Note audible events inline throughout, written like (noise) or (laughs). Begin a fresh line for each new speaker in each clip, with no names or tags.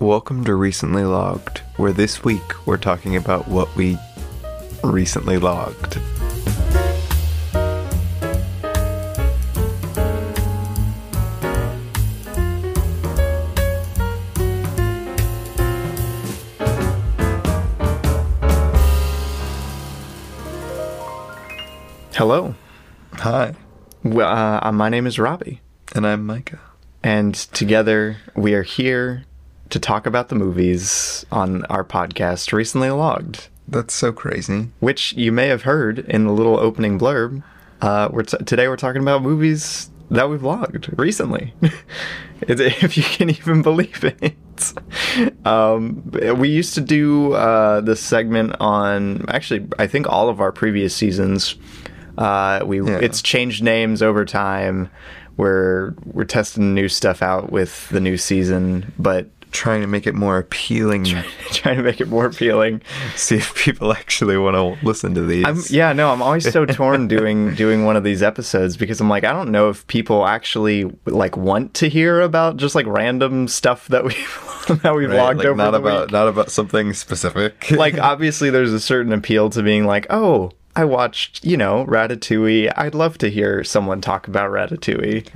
Welcome to Recently Logged, where this week we're talking about what we recently logged. Hello. Hi. Well, uh, my name is Robbie.
And I'm Micah.
And together we are here to talk about the movies on our podcast recently logged,
That's so crazy.
which you may have heard in the little opening blurb. Uh, we're t- today we're talking about movies that we've logged recently, (laughs) If- if you can even believe it. Um, we used to do uh, this segment on actually, I think all of our previous seasons. Uh, we
Yeah.
it's changed names over time. We're we're testing new stuff out with the new season, but (laughs)
Trying to make it more appealing. (laughs)
trying to make it more appealing.
See if people actually want to listen to these.
I'm, yeah, no, I'm
(laughs)
always so torn doing doing one of these episodes because I'm like, I don't know if people actually like want to hear about just like random stuff that we (laughs) that we've
Right?
logged
Like,
over
not
the
about
week.
not about something specific.
(laughs) Like, obviously, there's a certain appeal to being like, oh. I watched, you know, Ratatouille. I'd love to hear someone talk about Ratatouille.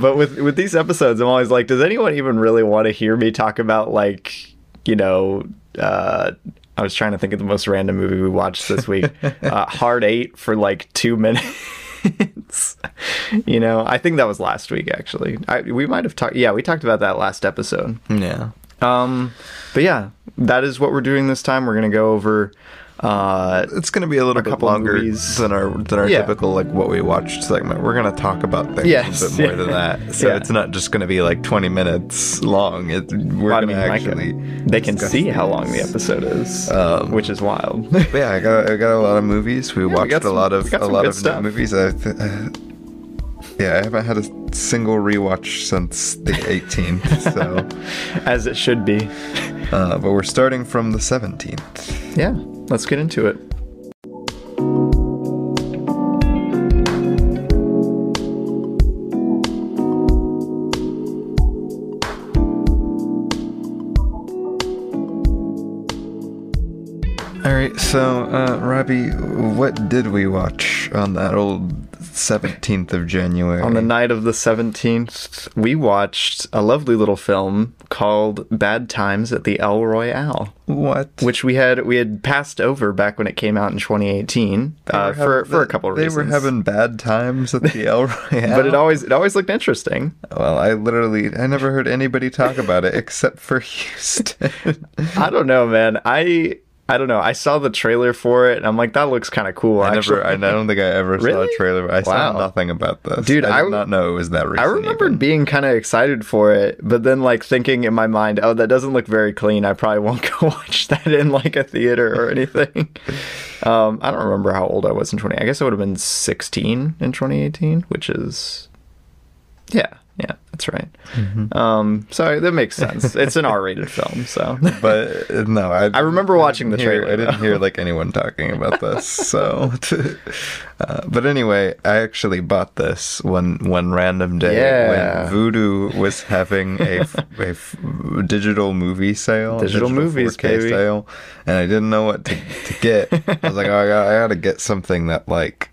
but with with these episodes, I'm always like, does anyone even really want to hear me talk about like, you know, uh, I was trying to think of the most random movie we watched this week. uh, Hard Eight for like two minutes. (laughs) you know, I think that was last week actually. I, we might have talked. Yeah, we talked about that last episode.
(laughs) yeah.
Um, but yeah, that is what we're doing this time. We're gonna go over. Uh,
It's going to be a little bit
couple
longer
movies.
than our than our
Yeah.
typical like what we watched segment. We're going to talk about things
Yes,
a bit more
yeah.
than
(laughs)
that. So
Yeah.
it's not just going to be like 20 minutes long. It, we're
I
going
mean,
to
Micah,
actually
they can
discuss
see how
these.
long the episode is,
Um,
which is wild. (laughs)
But yeah, I got I got a lot of movies. We watched
got
a lot
some-
of
we got
a
some
lot
good
of new
stuff.
movies. I th- uh, yeah, I haven't had a single rewatch since the
(laughs)
18th. so,
As it should be.
uh, but we're starting from the 17th.
Yeah, let's get into it.
All right, so uh, Robbie, what did we watch on that old 17th of January?
On the night of the 17th, we watched a lovely little film called Bad Times at the El Royale,
what?
which we had we had passed over back when it came out in 2018 uh,
They were
for,
having-
for a couple
they
reasons.
were having bad times at
(laughs)
the El Royale.
but it always it always looked interesting.
well, I literally I never heard anybody talk about it except
(laughs)
for Houston.
I don't know, man. I I don't know. I saw the trailer for it, and I'm like, that looks kind of cool.
I
actually,
never. I don't think I ever saw a
Really?
trailer. I
Wow.
saw nothing about this,
Dude,
I
I
did
w-
not know it was that recent.
I remember
even.
being kind of excited for it, but then like thinking in my mind, oh, that doesn't look very clean. I probably won't (laughs) go watch that in like a theater or anything.
(laughs)
um, I don't remember how old I was in 20. I guess I would have been 16 in 2018, which is, yeah, yeah, that's right.
Mm-hmm.
Um, so that makes sense. it's an R-rated
(laughs)
film, so.
but uh, no, I,
I remember watching the
didn't hear-
trailer.
I didn't
though.
hear like anyone talking about this. So, (laughs) uh, but anyway, I actually bought this one one random day
Yeah.
when Voodoo was having a, f- a f- digital movie sale,
Digital movies,
4K
baby.
sale, and I didn't know what to, to get. I was like, oh, I got I gotta get something that like.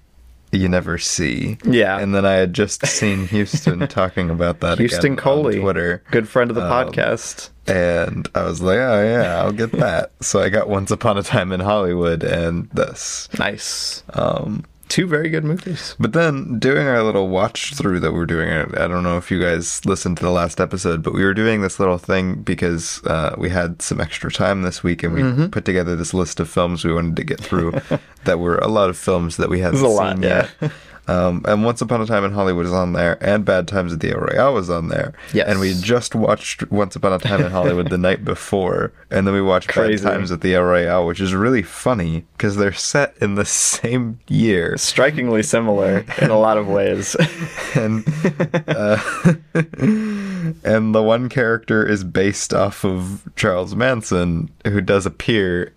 You never see,
Yeah.
And then I had just seen Houston talking about that. again
Houston
on
Coley,
Twitter,
good friend of the
Um,
podcast.
and I was like, oh yeah, I'll get that. so I got Once Upon a Time in Hollywood and this.
Nice.
Um,
Two very good movies.
but then doing our little watch through that we're doing, I I don't know if you guys listened to the last episode, but we were doing this little thing because uh, we had some extra time this week and we
Mm-hmm.
put together this list of films we wanted to get through
(laughs)
that were a lot of films that we hadn't
This is a
seen
lot, yeah.
yet. Um, and Once Upon a Time in Hollywood is on there, and Bad Times at the El Royale was on there.
Yes.
And we just watched Once Upon a Time in Hollywood
(laughs)
the night before, and then we watched
Crazy.
Bad Times at the El Royale, which is really funny because they're set in the same year.
Strikingly similar in a lot of ways. (laughs)
And, uh, (laughs) and the one character is based off of Charles Manson, who does appear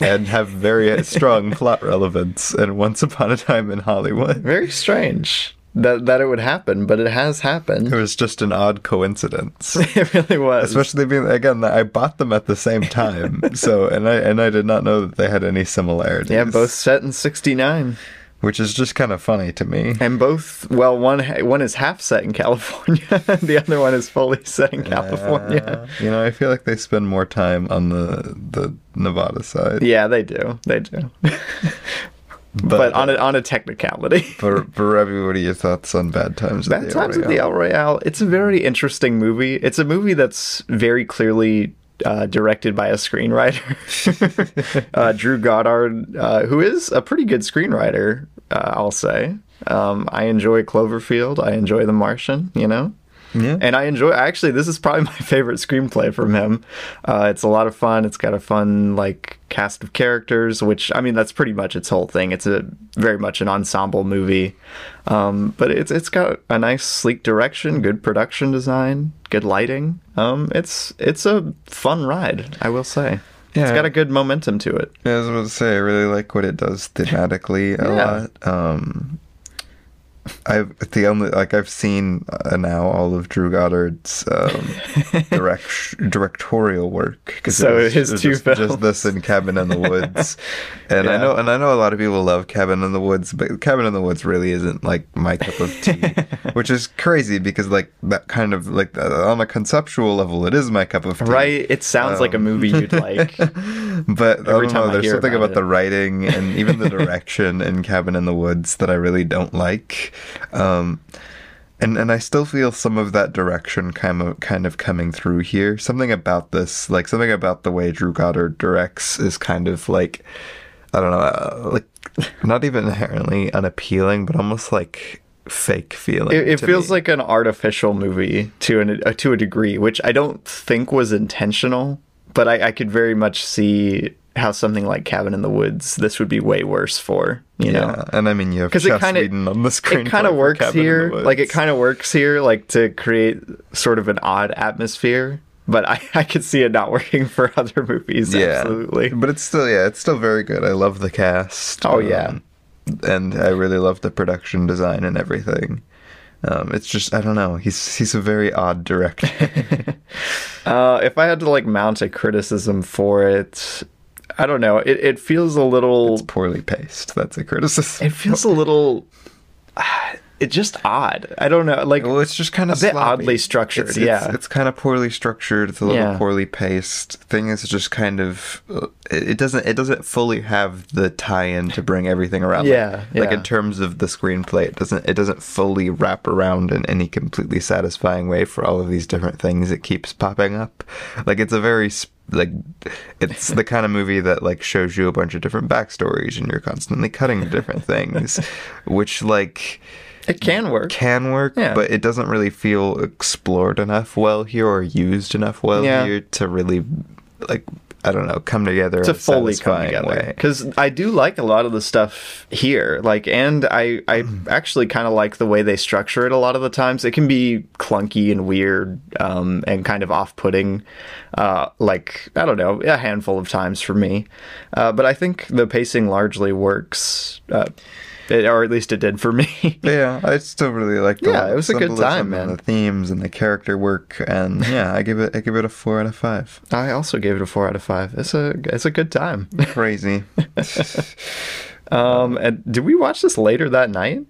and have
(laughs)
very strong plot relevance in Once Upon a Time in Hollywood.
Very strange. that that it would happen, but it has happened.
It was just an odd coincidence.
(laughs) it really was.
Especially being again, I bought them at the same
(laughs)
time, so and I and I did not know that they had any similarities.
yeah, both set in '69,
which is just kind of funny to
(laughs)
me.
and both well, one ha- one is half set in California, (laughs) the other one is fully set in California.
Uh, you know, I feel like they spend more time on the the Nevada side.
Yeah, they do, they do. (laughs) but on a, on a technicality,
for for everybody, your thoughts on bad times? at
Bad
the El
Times at the
Royale?
El Royale. It's a very interesting movie. It's a movie that's very clearly uh, directed by a (laughs) screenwriter, (laughs) uh, Drew Goddard, uh, who is a pretty good screenwriter. Uh, I'll say. Um, I enjoy Cloverfield. I enjoy The Martian. You know.
Yeah.
And I enjoy. Actually, this is probably (laughs) my favorite screenplay from him. Uh, it's a lot of fun. It's got a fun like cast of characters, which I mean, that's pretty much its whole thing. It's a very much an ensemble movie, um, but it's it's got a nice sleek direction, good production design, good lighting. Um, it's it's a fun ride, I will say. It's
Yeah.
got a good momentum to it.
Yeah, I was about to say, I really like what it does thematically a
Yeah.
lot. Um, I've the only like I've seen uh, now all of Drew Goddard's
(laughs)
um, direct directorial work. 'cause
So his two
just,
films.
just this and Cabin in the
(laughs)
Woods, and I
Yeah.
know and I know a lot of people love Cabin in the Woods, but Cabin in the Woods really isn't like my cup of
(laughs)
tea, which is crazy because like that kind of like uh, on a conceptual level, it is my cup of tea,
Right? It sounds like a movie (laughs) you'd like.
but I
Every
don't
time
know,
I
there's
hear
something
about
about,
it.
the writing and even
(laughs)
the direction in Cabin in the Woods that I really don't like. Um, and and I still feel some of that direction kind of kind of coming through here. Something about this, like something about the way Drew Goddard directs, is kind of like I don't know, uh, like (laughs) not even inherently unappealing, but almost like fake feeling.
It, it
to
feels
me.
like an artificial movie to an uh, to a degree, which I don't think was intentional, but I, I could very much see how something like Cabin in the Woods this would be way worse for, you know.
yeah, and I mean you have
'Cause it
Joss
kinda-
Whedon on the screen.
It kind of works here, like it kind of works here, like to create sort of an odd atmosphere. But I, (laughs) I could see it not working for other movies. Absolutely.
But it's still yeah, it's still very good. I love the cast. Um,
Oh, yeah.
and I really love the production design and everything. Um, it's just I don't know. He's he's a very odd
(laughs)
director.
Uh, if I had to like mount a criticism for it, I don't know. It it feels a little
it's poorly paced. That's a criticism.
it feels a little (sighs) it's just odd i don't know like
well, it's just kind of
a bit oddly structured,
It's, it's-
yeah.
it's, kind of poorly structured. It's a little
Yeah.
poorly paced. Thing is just kind of uh, it it doesn't it doesn't fully have the tie-in to bring everything around. Like-
Yeah,
like,
yeah.
in terms of the screenplay, it doesn't it doesn't fully wrap around in any completely satisfying way for all of these different things. It keeps popping up. Like it's a very sp- like it's the kind of movie that like shows you a bunch of different backstories and you're constantly cutting to different
(laughs)
things, which like
it can work
can work,
Yeah.
but it doesn't really feel explored enough well here or used enough well
Yeah.
here to really like I don't know come together in
to
a
fully come
satisfying
together
way.
because i do like a lot of the stuff here like and i i actually kind of like the way they structure it a lot of the times it can be clunky and weird um and kind of off-putting uh like i don't know a handful of times for me uh but i think the pacing largely works uh it, or at least it did for me (laughs)
Yeah, I still really liked. all
Yeah,
the
it was a good
symbolism
time,
and
man.
The themes and the character work,
(laughs)
and yeah, I give it. I give it a four out of five.
i also gave it a four out of five it's a it's a good time (laughs)
Crazy.
Um, and did we watch this later that night?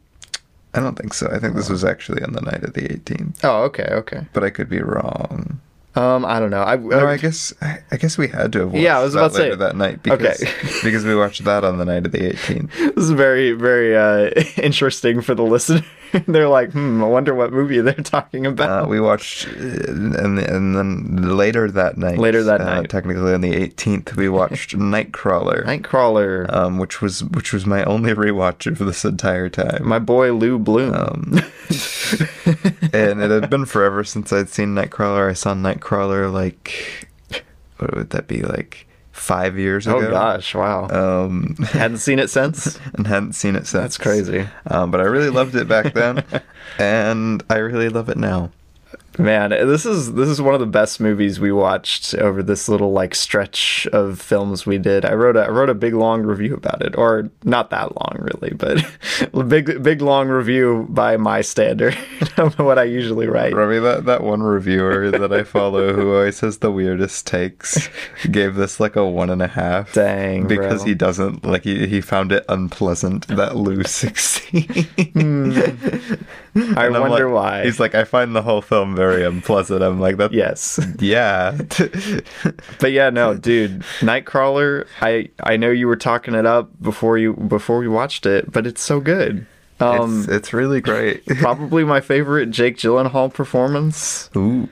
I don't think so. I think this was actually on the night of the 18th,
Oh, okay, okay.
but I could be wrong.
Um, I don't know. I,
Or
I-
I guess I, I guess we had to have watched
Yeah, I was
that
about to say-
later that night
Okay. (laughs)
because because we watched that on the night of the 18th.
this is very, very uh, (laughs) interesting for the listener. (laughs) They're like, hmm, I wonder what movie they're talking about. (laughs)
Uh, we watched, uh, and, and then later that night.
Later that
uh,
night.
Technically on the 18th,
(laughs)
we watched Nightcrawler,
Uh, Nightcrawler.
um, which was which was my only rewatch of this entire time. Um,
my boy Lou Bloom. Oh.
and it had been forever since I'd seen Nightcrawler. I saw Nightcrawler like, what would that be like, five years ago?
(laughs) oh gosh, wow.
Um, (laughs)
Hadn't seen it since.
and hadn't seen it since.
(laughs) That's crazy. (laughs)
Um, but I really loved it back then, and I really love it now.
Man, Uh, this is this is one of the best movies we watched over this little like stretch of films we did. I wrote a I wrote a big long review about it, or not that long really, but (laughs) a big big long review by my standard (laughs) of what I usually
(laughs)
write.
Robbie, that, that one reviewer that I follow who always has the weirdest
(laughs)
takes gave this like a one and a half.
Dang,
Because
bro.
he doesn't like he, he found it unpleasant that
(laughs)
Lou succeeds.
Hmm, I
And I'm
wonder
like-
why.
He's like, I find the whole film very unpleasant. I'm like, that.
yes.
Yeah. (laughs)
But yeah, no, dude, Nightcrawler. I I know you were talking it up before you before we watched it, but it's so good. Um,
it's, it's (laughs) really
(laughs)
great.
probably my favorite Jake Gyllenhaal performance.
Ooh.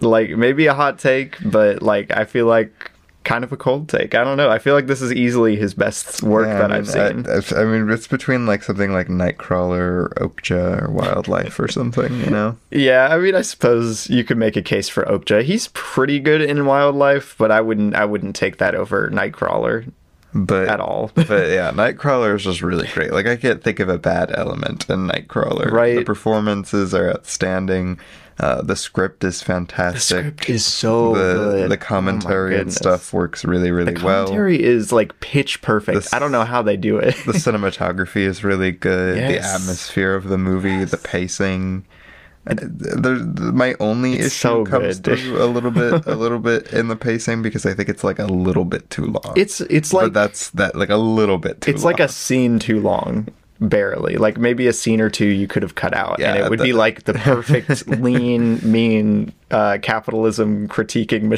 Like maybe a hot take, but like I feel like kind of a cold take. I don't know. I feel like this is easily his best work
Yeah,
that
I
I've
mean, I-
seen.
I, I mean, it's between like something like Nightcrawler, or Oakja, or Wildlife, or something. You know.
yeah, I mean, I suppose you could make a case for Okja. He's pretty good in Wildlife, but I wouldn't. I wouldn't take that over Nightcrawler
But
at all. (laughs)
but yeah, Nightcrawler is just really great. Like I can't think of a bad element in Nightcrawler.
Right.
The performances are outstanding. Uh, the script is fantastic.
is so Oh,
the, the commentary and stuff works really really well.
Commentary is like pitch perfect.
This-
I don't know how they do it. (laughs)
The cinematography is really good.
Yes.
The atmosphere of the movie, the pacing. And There, my only issue
so
comes
good.
through a little bit,
(laughs)
a little bit in the pacing because I think it's like a little bit too long.
it's it's
but
like
that's that like a little bit too.
it's like a scene too long barely like maybe a scene or two you could have cut out and
Yeah,
it would
the-
be like
(laughs)
the perfect lean mean uh capitalism critiquing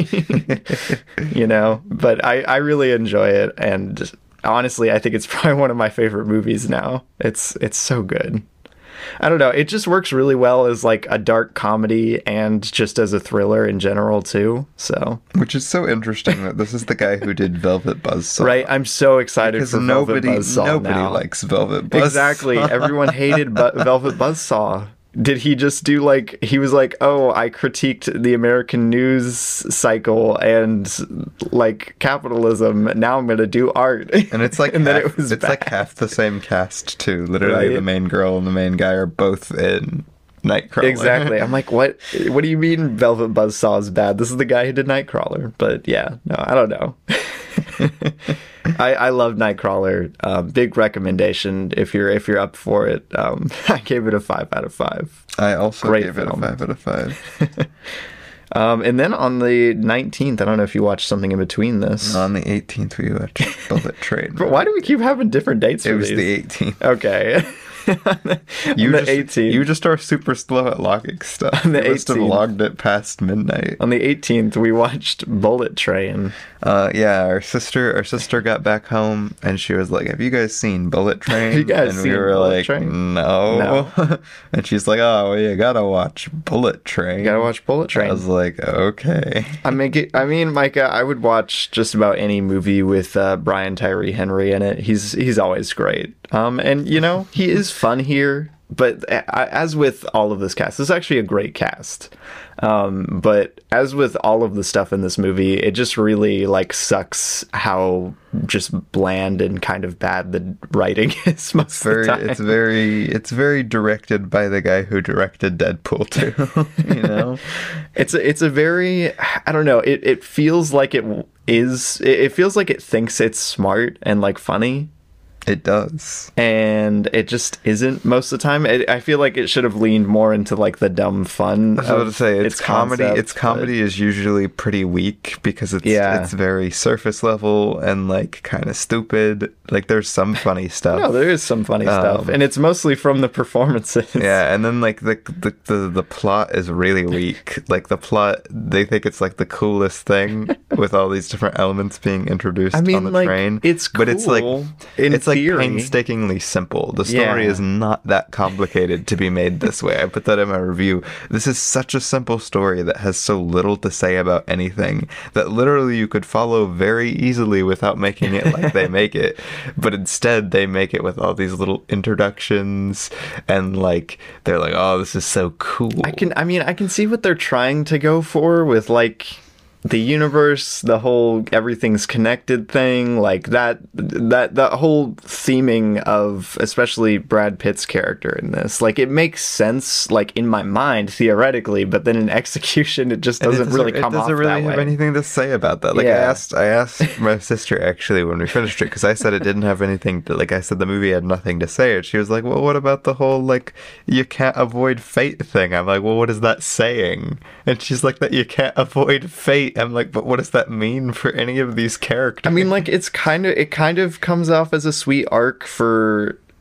machine (laughs) you know but i i really enjoy it and honestly i think it's (laughs) probably one of my favorite movies now it's it's so good i don't know it just works really well as like a dark comedy and just as a thriller in general too so
Which is so interesting that this is the guy who did Velvet Buzzsaw.
right i'm so excited
Because
for Velvet
nobody,
Buzzsaw
nobody
now.
likes Velvet Buzzsaw.
Exactly. Everyone hated bu- Velvet Buzzsaw. Did he just do like he was like, "Oh, I critiqued the American news cycle and like capitalism. Now I'm going to do art." (laughs)
And it's like
and
half,
then it was
it's
bad.
like half the same cast too. Literally,
Right.
the main girl and the main guy are both in Nightcrawler.
exactly. I'm like, "What what do you mean Velvet Buzzsaw is bad? This is the guy who did Nightcrawler." But yeah, no, I don't know. (laughs) I, I love Nightcrawler. Uh, big recommendation if you're if you're up for it. Um, (laughs) I gave it a five out of five.
I also
Great
gave
film.
it a five out of five.
Um, and then on the 19th, I don't know if you watched something in between this.
On the 18th, we watched Bullet Train.
(laughs) but why do we keep having different dates for
it was
these?
the 18th.
okay. (laughs)
You
on the
just,
18th.
You just are super slow at logging stuff.
the
you must have
18th.
logged it past midnight.
on the 18th, we watched Bullet Train.
Uh, yeah, our sister, our sister got back home and she was like, "Have you guys seen
(laughs)
Bullet Train?"
you guys
and
seen
we were
Bullet
like,
Train?
"No,", (laughs) and she's like, "Oh, well, you gotta watch Bullet Train."
You gotta watch Bullet
I was
Train.
like, "Okay."
I mean, ge- I mean, Micah, I would watch just about any movie with uh, Brian Tyree Henry in it. He's he's always great. Um, and you know, he is fun here. But a- a- as with all of this cast, this is actually a great cast. Um, but as with all of the stuff in this movie, it just really like sucks how just bland and kind of bad the writing (laughs) is
(laughs)
most
Very,
of the time.
it's very, it's very directed by the guy who directed Deadpool too. (laughs) you
(laughs)
know,
It's a, it's a very I don't know. It it feels like it w- is. It, it feels like it thinks it's smart and like funny,
it does.
and it just isn't most of the time. It, I feel like it should have leaned more into like the dumb fun.
I was about to say it's, comedy.
concept,
it's comedy is usually pretty weak because it's
Yeah.
it's very surface level and like kind of stupid. Like there's some funny stuff.
but- No, there is some funny stuff, and it's mostly from the performances.
Um,
(laughs)
Yeah, and then like the, the the the plot is really weak. Like the plot, they think it's like the coolest thing with all these different elements being introduced
I mean,
on the
like,
train.
it's
but it's like
cool in
it's
theory.
like painstakingly simple. The story
Yeah.
is not that complicated to be made this way. I put that in my review. This is such a simple story that has so little to say about anything that literally you could follow very easily without making it like they make it. But instead, they make it with all these little introductions and like they're like, "Oh, this is so cool."
I can. I mean, I can see what they're trying to go for with like the universe, the whole everything's connected thing, like that that that whole theming of especially Brad Pitt's character in this, like it makes sense like in my mind theoretically, but then in (laughs) execution it just
And
doesn't, really come
It
off
doesn't really
that
have
way.
anything to say about that. Like I
Yeah.
asked, I asked my sister actually when we finished it because I said it didn't have anything. To, like I said, the movie had nothing to say. And she was like, "Well, what about the whole like you can't avoid fate thing?" I'm like, "Well, what is that saying?" And she's like, "That you can't avoid fate." I'm like, "But what does that mean for any of these characters?"
I mean, like it's kind of it kind of comes off as a sweet arc for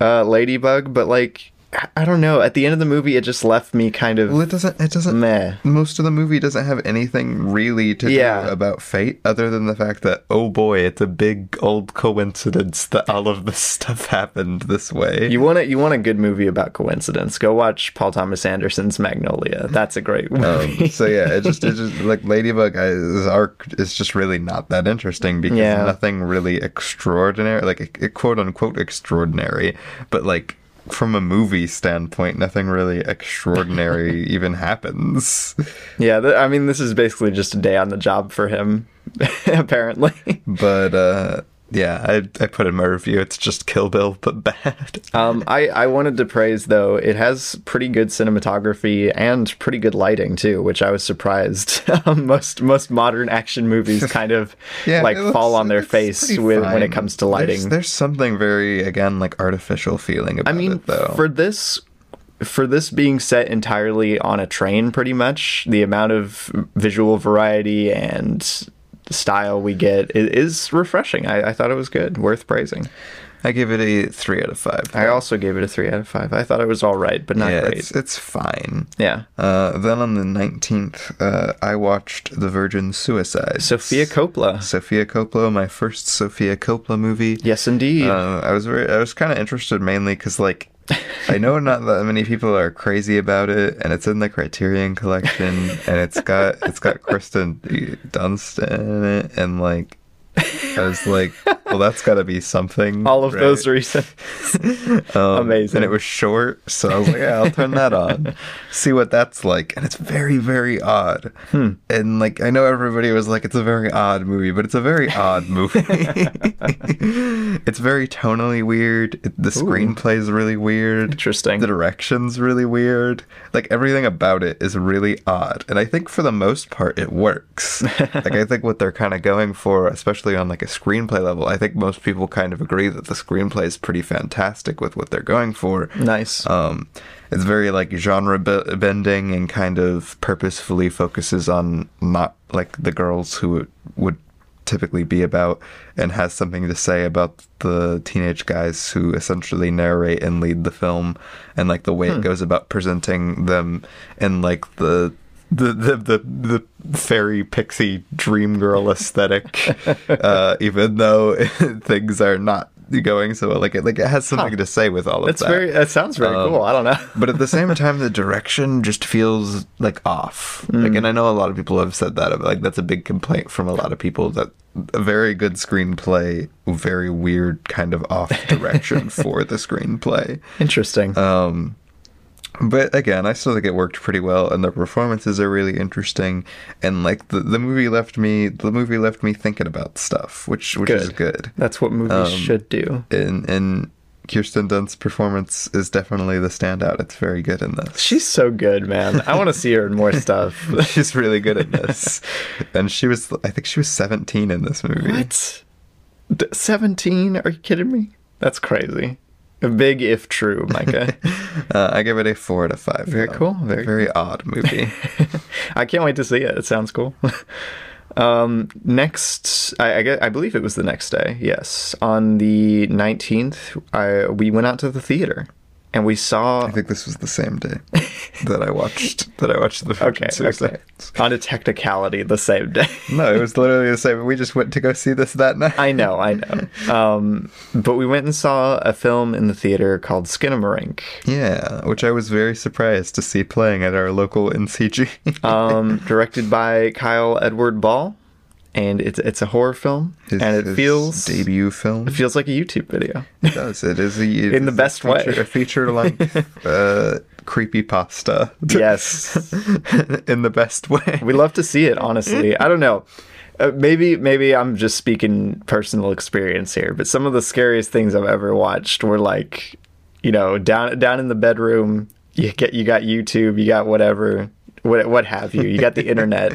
uh, Ladybug, but like I- I don't know. At the end of the movie, it just left me kind of
well, it doesn't. It doesn't.
meh.
Most of the movie doesn't have anything really to
Yeah.
do about fate, other than the fact that oh boy, it's a big old coincidence that all of this (laughs) stuff happened this way.
You want a, you want a good movie about coincidence? Go watch Paul Thomas Anderson's Magnolia. That's a great movie. (laughs)
Um, so yeah, it just it just like Ladybug uh, I's arc is just really not that interesting because
Yeah.
nothing really extraordinary, like it, quote unquote extraordinary, but like from a movie standpoint, nothing really
(laughs)
extraordinary even happens.
yeah, th- I mean, this is basically just a day on the job for him, (laughs) apparently.
But uh, yeah, I I put in my review, it's just Kill Bill but (laughs) bad.
Um, I I wanted to praise though it has pretty good cinematography and pretty good lighting too, which I was surprised. (laughs) Um, most most modern action
(laughs)
movies kind of like
it looks-
fall on
it
their
looks
face
pretty
with, when
fine.
it comes to
There's-
lighting.
There's, something very again like artificial feeling about
I mean,
it though.
for this for this being set entirely on a train, pretty much the amount of visual variety and style we get i- is refreshing. I, I thought it was good, worth praising.
I give it a three out of five.
I also gave it a three out of five. I thought it was all right, but not
yeah,
great.
it's it's fine.
Yeah.
Uh, then on the 19th, uh, I watched The Virgin Suicide.
Sophia Coppola.
Sophia Coppola, my first Sophia Coppola movie.
Yes, indeed.
Uh, I was very, I was kind of interested mainly because
(laughs)
like I know not that many people are crazy about it, and it's in the Criterion collection, and it's got it's got Kristen Dunst in it, and like I was like, well, that's got to be something.
All of
right?
those reasons. (laughs)
Um,
Amazing.
And it was short, so I was like, yeah, I'll turn that on, see what that's like. And it's very, very odd. And like, I know everybody was like, it's a very odd movie, but it's a very odd movie. (laughs) it's very tonally weird. It, the screenplay is really weird.
Interesting.
The direction's really weird. Like, everything about it is really odd. And I think for the most part, it works. like, I think what they're kind of going for, especially on like a screenplay level, I think most people kind of agree that the screenplay is pretty fantastic with what they're going for.
nice.
Um, it's very like genre be- bending and kind of purposefully focuses on not like the girls who it would typically be about and has something to say about the teenage guys who essentially narrate and lead the film and like the way
Hmm.
it goes about presenting them and like the the the the, the fairy pixie dream
(laughs)
girl aesthetic uh even though (laughs) things are not going so well like it like it has something to say with all of
That's
that
very. That sounds very cool. I don't know. (laughs)
but at the same time the direction just feels like off like and i know a lot of people have said that like that's a big complaint from a lot of people that a very good screenplay very weird kind of off direction for the screenplay
Interesting.
but again i still think it worked pretty well and the performances are really interesting and like the, the movie left me the movie left me thinking about stuff which which is good
That's what movies should do.
and and kirsten dunst's performance is definitely the standout it's very good in this
She's so good, man. I want to see her in more stuff.
(laughs) She's really good at
(laughs)
this. and she was, I think she was 17 in this movie.
What? D- 17? Are you kidding me? That's crazy. Big if true,
(laughs)
Micah.
Uh, I give it a 4 out of 5. Um, Very
cool, very
odd movie.
(laughs) I can't wait to see it. It sounds cool. (laughs) Um, next, I, I, gue- I believe it was the next day. Yes. On the 19th, I, we went out to the theater and we saw
I think this was the same day that I watched that I watched the
Okay,
Virgin
okay.
Suicides.
on a technicality the same day.
(laughs) No, it was literally the same. We just went to go see this that night.
I know, I know. Um, but we went and saw a film in the theater called Skinamarink.
yeah, which I was very surprised to see playing at our local NCG. (laughs)
um, directed by Kyle Edward Ball, and it's it's a horror film,
His-
and it
his
feels it
debut film.
feels like a YouTube video. (laughs)
It does. It is a, it
In the
is a
best way. (laughs)
feature, A feature length uh, creepy pasta.
Yes.
(laughs) in the best way.
We love to see it,
Mm-hmm.
honestly. I don't know. Uh, maybe maybe I'm just speaking personal experience here, but some of the scariest things I've ever watched were like, you know, down down in the bedroom. You get you got YouTube, you got whatever, what what have you. You got the
(laughs)
internet.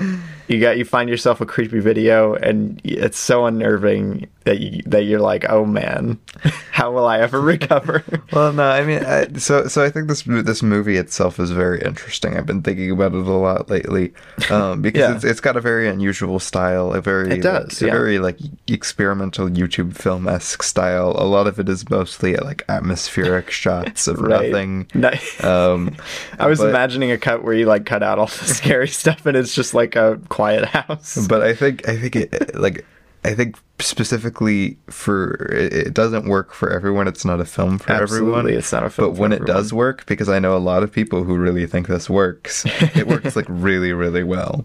You got you find yourself a creepy video, and it's so unnerving that you that you're like, oh man, (laughs) how will I ever recover?
Well, no, I mean, I, so so I think this this movie itself is very interesting. I've been thinking about it a lot lately,
(laughs)
um, because
Yeah.
it's, it's got a very unusual style, a very
It does,
like,
yeah.
a very like experimental YouTube film esque style. A lot of it is mostly like
(laughs)
atmospheric shots of
(laughs) Right.
nothing.
No-
Um,
(laughs) I was
but-
imagining a cut where you like cut out all the (laughs) scary stuff, and it's just like a quiet house.
but I think I think it like I think specifically for it, it doesn't work for everyone. It's not a film for everyone.
Absolutely, it's not a film
But
for
when it
everyone.
does work, because I know a lot of people who really think this works, it works like really really well.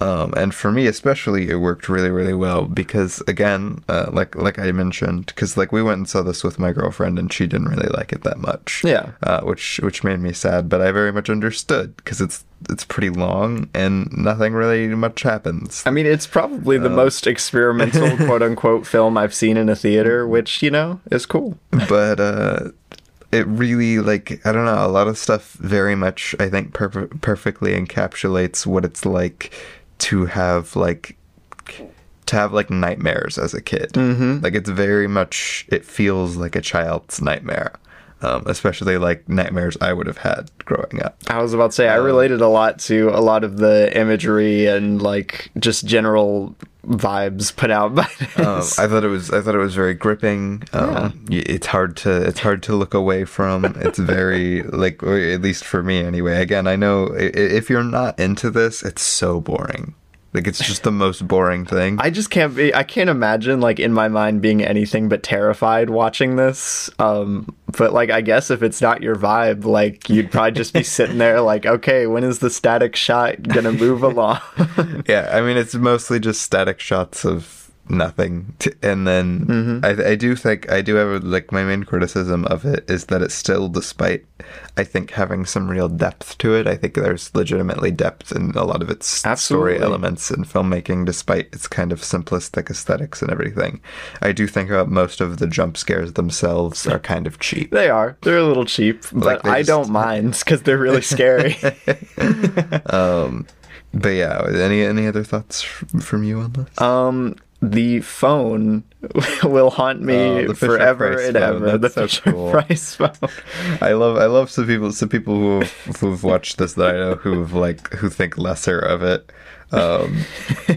Um, and for me especially, it worked really really well because again, uh, like like I mentioned, because like we went and saw this with my girlfriend and she didn't really like it that much.
Yeah.
Uh, which which made me sad, but I very much understood because it's it's pretty long and nothing really much happens.
I mean, it's probably
Uh,
the most experimental
(laughs)
quote unquote film I've seen in a theater,
Mm.
which, you know, is cool.
but uh it really like i don't know a lot of stuff very much i think perf- perfectly encapsulates what it's like to have like to have like nightmares as a kid mm-hmm. like it's very much it feels like a child's nightmare um, especially like nightmares i would have had growing up
I was about to
Uh,
say, I related a lot to a lot of the imagery and, like, just general vibes put out (laughs) by
um,
this.
I thought it was I thought it was very gripping. Um, y It's hard to it's hard to look away from. It's very (laughs) like or at least for me anyway. Again, I know i- i- if you're not into this, it's so boring. Like it's just the most boring thing.
I just can't be. I can't imagine like in my mind being anything but terrified watching this. Um, but like, I guess if it's not your vibe, like you'd probably just be sitting
(laughs)
there, like, okay, when is the static shot gonna move along? (laughs)
yeah, I mean it's mostly just static shots of nothing, t- and then I, I do think I do have like my main criticism of it is that it's still, despite I think having some real depth to it, I think there's legitimately depth in a lot of its
Absolutely.
story elements in filmmaking, despite its kind of simplistic aesthetics and everything. I do think about most of the jump scares themselves are kind of
(laughs)
cheap.
they are. They're a little cheap, but
they
I
just-
don't mind because they're
(laughs)
really scary.
Um, But yeah, any any other thoughts f- from you on this?
Um, the phone (laughs) will haunt me
Oh, the Fisher
forever
Price
and
phone.
ever.
That's so
the Fisher
cool.
Price (laughs) phone.
I love I love some people some people who have, who've watched this that I know who've like who think lesser of it. Um,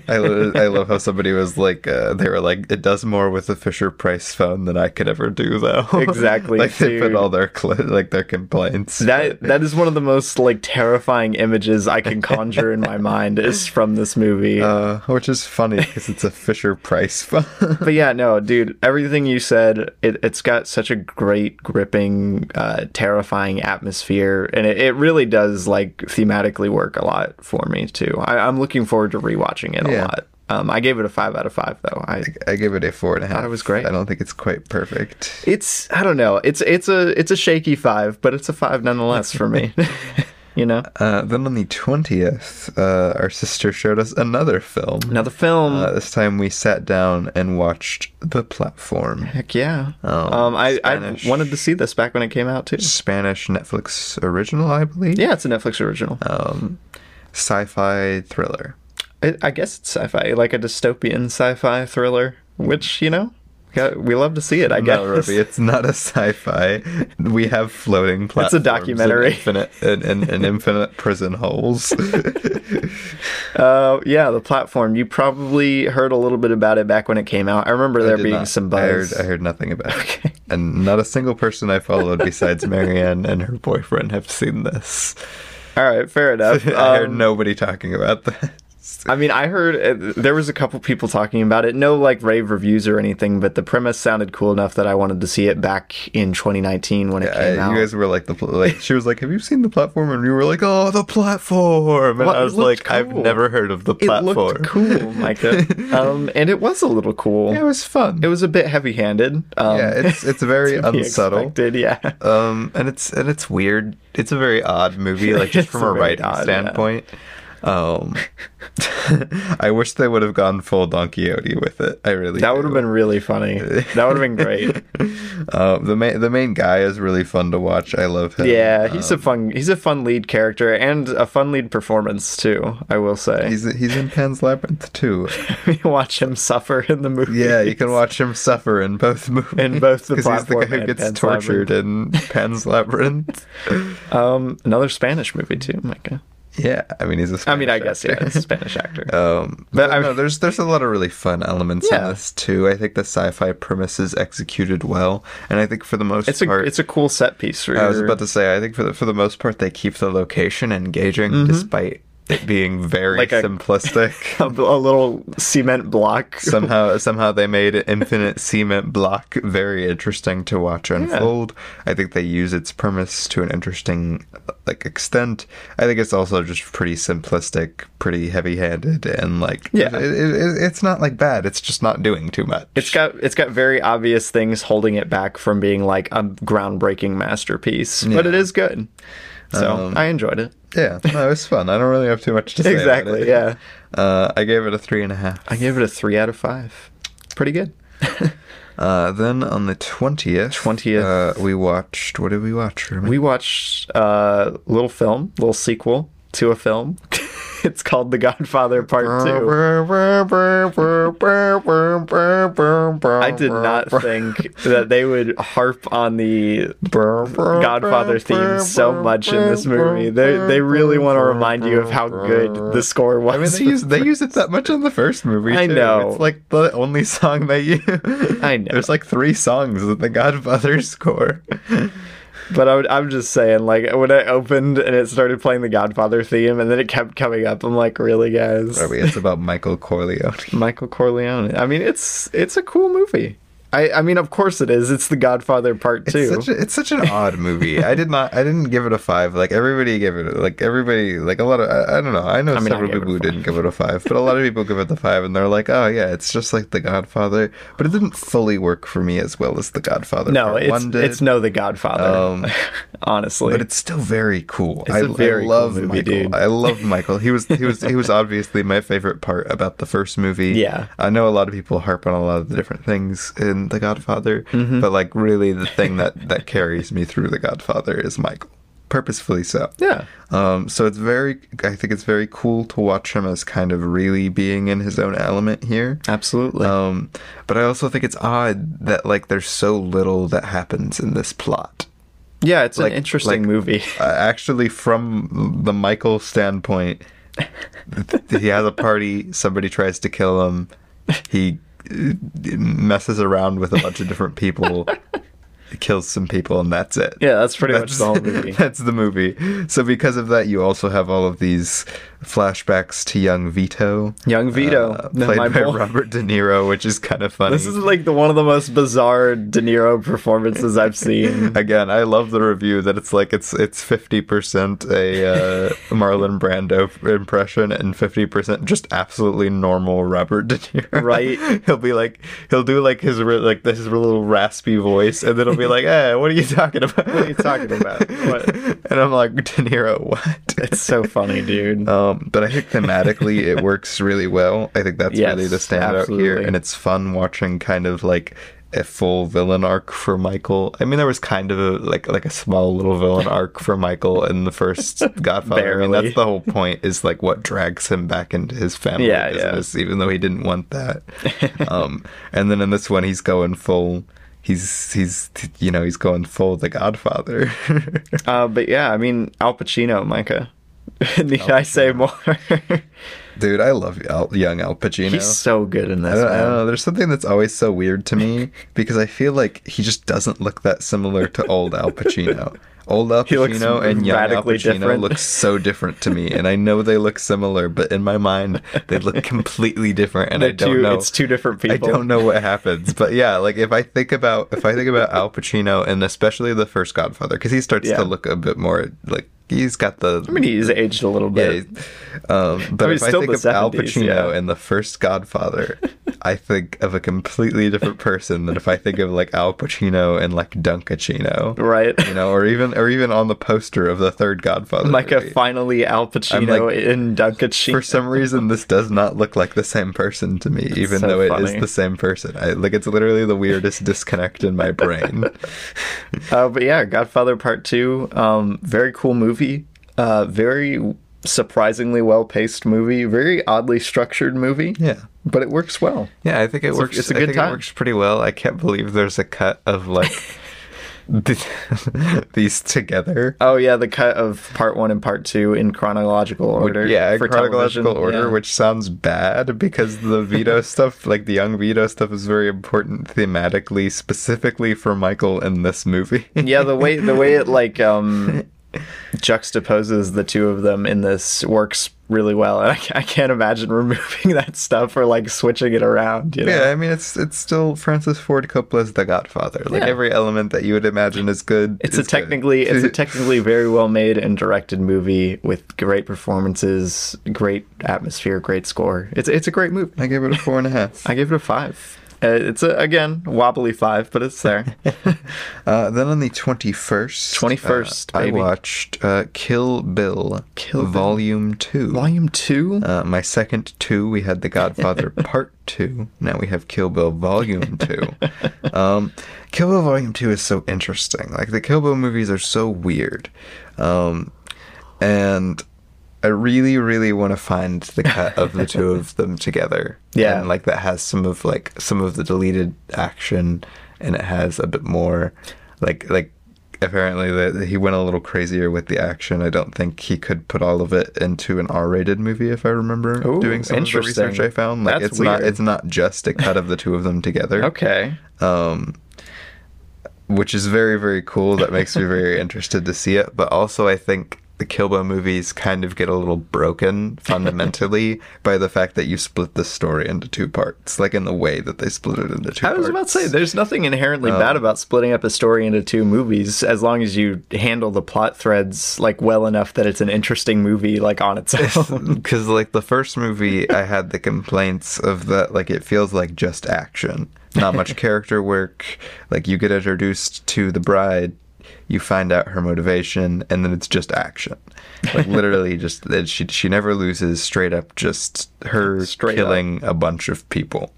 I lo- I love how somebody was like uh, they were like it does more with the Fisher Price phone than I could ever do though. (laughs)
Exactly,
like they
dude.
put all their cl- like their complaints.
That that is one of the most like terrifying images I can conjure in my mind is from this movie.
uh, which is funny
(laughs)
because it's a Fisher Price phone. (laughs)
but yeah, no, dude, everything you said, it, it's got such a great, gripping, uh, terrifying atmosphere, and it, it really does like thematically work a lot for me too. I, I'm looking forward to rewatching it a
Yeah.
lot. Um, I gave it a five out of five though. I
I give it a four and a half.
it was great.
I don't think it's quite perfect.
it's I don't know. It's it's a it's a shaky five, but it's a five nonetheless for me. (laughs) you know,
Uh, then on the twentieth, uh, our sister showed us another film.
another film.
Uh, this time we sat down and watched The Platform,
Heck yeah.
Oh,
um, I, I
Spanish.
wanted to see this back when it came out too.
Spanish Netflix original, I believe.
Yeah, it's a Netflix original.
Um, sci-fi thriller.
I I guess it's sci-fi, like a dystopian sci-fi thriller, which you know, got- we love to see it. I guess.
(laughs) No, Robbie, it's not a sci-fi. We have floating platforms. and
documentary.
infinite, and, and, and infinite prison (laughs) holes.
(laughs) Uh, yeah, the platform. You probably heard a little bit about it back when it came out. I remember there
did
being
not-
some
I heard,
buzz. (laughs)
I heard nothing about it. And not a single person I followed besides Marianne and her boyfriend have seen this. (laughs)
All right, fair enough.
I heard
Um,
nobody talking about that.
I mean, I heard uh, there was a couple people talking about it. No like rave reviews or anything, but the premise sounded cool enough that I wanted to see it back in 2019 when it
I-
came out.
Uh, you guys were like the pl- like she was like, "Have you seen the platform?" And you were like, "Oh, the platform!" And
Well,
I
it
was like,
looked
"I've
cool.
never heard of the
it
platform." (laughs)
looked cool, (laughs) Micah. um, and it was a little cool.
Yeah, it was fun.
It was a bit heavy-handed. Um,
yeah,
(laughs)
it's it's very
to be
unsubtle.
expected, yeah.
Um, and it's and it's weird. It's a very odd movie, like just
(laughs) It's
from a
very
writing
odd, yeah.
standpoint. Um, (laughs) I wish they would have gone full Don Quixote with it. I really
That
do.
would have been really funny. That would have been great.
(laughs) Uh, the main the main guy is really fun to watch. I love him.
Yeah, he's a
Um,
fun he's a fun lead character and a fun lead performance too, I will say. (laughs)
He's he's in Pan's Labyrinth too.
you watch him suffer in the movie.
Yeah, you can watch him suffer in both movies.
In both
(laughs)
the
'cause he's the guy
platform
who
and
gets
Pan's
tortured in
(laughs)
Pan's Labyrinth.
Um another Spanish movie too, Micah.
Yeah, I mean he's a
I mean, I
Spanish
guess yeah,
actor.
it's a
(laughs)
Spanish actor.
Um,
But
but
I-
no, there's there's a lot of really fun elements
Yeah.
in this too. I think the sci-fi premise is executed well, and I think for the most
it's a
part,
it's a cool set piece for
I was
your-
about to say, I think for the for the most part, they keep the location engaging despite it being very
Mm-hmm. Like a-
simplistic.
a, (laughs) a little cement
(laughs)
block.
somehow somehow they made infinite cement block very interesting to watch unfold i think they use its premise to an interesting like extent i think it's also just pretty simplistic pretty heavy-handed and like
Yeah.
it, it, it- it's not like bad it's just not doing too much
It's got it's got very obvious things holding it back from being like a groundbreaking masterpiece, but it is good. So
Um,
I enjoyed it.
(laughs) yeah no it was fun i don't really have too much to say about
Exactly,
it.
yeah.
uh, i gave it a three and a half
I gave it a three out of five. Pretty
(laughs)
good.
uh, then on the 20th
20th.
uh, we watched what did we watch
We watched a little film, little sequel to a film. (laughs) it's called The Godfather Part Two. I
I
did not think that they would harp on the Godfather theme so much in this movie. They they really want to remind you of how good the score was.
I mean, they use they use it that much in the first movie.
I
too.
know.
it's like the only song they use. I
know.
There's like three songs in the Godfather score.
But I would, I'm just saying, like when I opened and it started playing the Godfather theme, and then it kept coming up. I'm like, really, guys?
I mean, it's about Michael Corleone.
Michael Corleone. I mean, it's it's a cool movie. I, I mean, of course it is. It's The Godfather Part Two.
It's such, a, it's such an odd movie. I did not. I didn't give it a five. Like everybody gave it. Like everybody. Like a lot of. I, I don't know. I know
mean, I
several
gave it
people who
a
didn't give it a five, but a lot of people give it the five, and they're like, "Oh yeah, it's just like The Godfather." But it didn't fully work for me as well as The Godfather.
no,
Part
it's
One did.
it's no The Godfather.
Um,
(laughs) honestly,
But it's still very cool. I
a very
I
cool
love
movie,
Michael.
dude.
I love Michael. He was he was he was obviously my favorite part about the first movie.
(laughs) Yeah.
I know a lot of people harp on a lot of the different things in The Godfather,
Mm-hmm.
but like really the thing that that carries me through The Godfather is Michael. Purposefully so.
Yeah.
Um, so it's very, I think it's very cool to watch him as kind of really being in his own element here.
absolutely.
Um, but I also think it's odd that like there's so little that happens in this plot.
yeah, it's
like-
an interesting
like-
movie. (laughs)
Uh, actually, from the Michael standpoint, th- he has a party. Somebody tries to kill him. He uh, messes around with a bunch of different people, kills some people, and that's it.
Yeah, that's pretty much the whole
(laughs)
movie.
that's the movie. So because of that, you also have all of these flashbacks to young Vito,
Young Vito,
uh,
no,
played
my
by
boy.
Robert De Niro, which is kind of funny.
This is like the one of the most bizarre De Niro performances
(laughs)
I've seen.
Again, I love the review that it's like it's it's fifty percent a uh, Marlon Brando f- impression and fifty percent just absolutely normal Robert De Niro.
Right.
(laughs) he'll be like he'll do like his re- like his little raspy voice, and then he'll be like, "Hey, what are you talking about? What
are you
(laughs)
talking about? What?"
and I'm like, "De Niro, what?"
It's so funny, dude.
Um, but I think thematically
(laughs)
it works really well. I think that's
Yes,
really the standout here,
absolutely.
and it's fun watching kind of like a full villain arc for Michael. I mean, there was kind of a like like a small little
(laughs)
villain arc for Michael in the first Godfather. I mean,
Barely.
that's the whole point is like what drags him back into his family
Yeah, yeah.
business, even though he didn't want
(laughs)
that. um, and then in this one, he's going full. He's he's you know he's going full the Godfather. (laughs)
(laughs) Uh, but yeah, I mean Al Pacino, Micah. Need I say more? (laughs)
Dude, I love Al, young Al Pacino.
He's so good in
I
this.
don't, I don't
man.
know. There's something that's always so weird to
(laughs)
me because I feel like he just doesn't look that similar to old Al
(laughs)
Pacino. Old Al
He looks
Pacino and young Al
radically
Pacino
different.
look so different to me, and I know they look similar, but in my mind they
(laughs)
look completely different, and I
They're
don't
two-
know.
It's two different people.
I don't know what happens, but yeah, like if I think about if I think about Al Pacino and especially the first Godfather, because he starts
Yeah.
to look a bit more like he's got the
I mean, he's aged a little
yeah,
bit.
he's- um, but
mean,
if I
still
think
the
of Al
70s,
Pacino
yeah.
and the first Godfather, I think of a completely different person than if I think of like Al Pacino and like Dunkachino,
right.
you
(laughs)
know, or even or even on the poster of the third Godfather.
like a
movie.
finally Al Pacino
like-
in
For
Dunkachino.
some reason, this does not look like the same person to me, even
so
though it is
funny.
the same person. I, like it's literally the weirdest disconnect in my
(laughs)
brain.
Uh, but yeah, Godfather Part Two. Um, very cool movie. Uh, very surprisingly well paced movie. Very oddly structured movie.
Yeah.
but it works well.
Yeah, I think it works.
it's a
I
good
think
time.
It works pretty well. I can't believe there's a cut of like
(laughs)
th- (laughs) these together.
Oh yeah, the cut of Part One and Part Two in chronological order.
Yeah,
for
chronological
television.
order,
Yeah.
which sounds bad because the
(laughs)
Vito stuff, like the young Vito stuff, is very important thematically, specifically for Michael in this movie. (laughs)
yeah the way the way it like um juxtaposes the two of them in this works really well and i, ca- I can't imagine (laughs) removing that stuff or like switching it around you know
Yeah, I mean it's it's still Francis Ford Coppola's The Godfather. Like
Yeah.
every element that you would imagine is good.
it's
is
a technically
good. (laughs)
it's a technically very well made and directed movie with great performances great atmosphere great score it's it's a great movie
I gave it a four and a half.
i give it a five uh, it's a, again wobbly five but it's there
Uh, then on the twenty first,
21st,
I
baby.
watched uh, Kill Bill,
Kill Bill.
Volume Two.
volume two
Uh, my second two, we had The
(laughs)
Godfather Part Two. Now we have Kill Bill Volume Two. Um, Kill Bill Volume Two is so interesting. Like the Kill Bill movies are so weird, um, and I really, really want to find the cut of the two of them together.
(laughs) Yeah.
and, like that has some of like some of the deleted action, and it has a bit more, like like. Apparently, that he went a little crazier with the action. I don't think he could put all of it into an R-rated movie, if I remember
Ooh,
doing some of the
interesting.
research I found. Like
That's
it's not
weird.
it's not just a cut of the two of them together.
(laughs) okay
Um which is very, very cool. That makes me
(laughs)
very interested to see it. But also I think the Kill Bill movies kind of get a little broken
(laughs)
fundamentally by the fact that you split the story into two parts, like in the way that they split it into two
I was
parts.
about to say, there's nothing inherently bad about splitting up a story into two movies as long as you handle the plot threads like well enough that it's an interesting movie like on (laughs) its
(laughs)
own.
because like the first movie i had the complaints of that like it feels like just action not
(laughs)
much character work like you get introduced to the bride you find out her motivation and then it's just action
(laughs)
like literally just that she she never loses straight up just her
(laughs) Straight up.
killing a bunch of people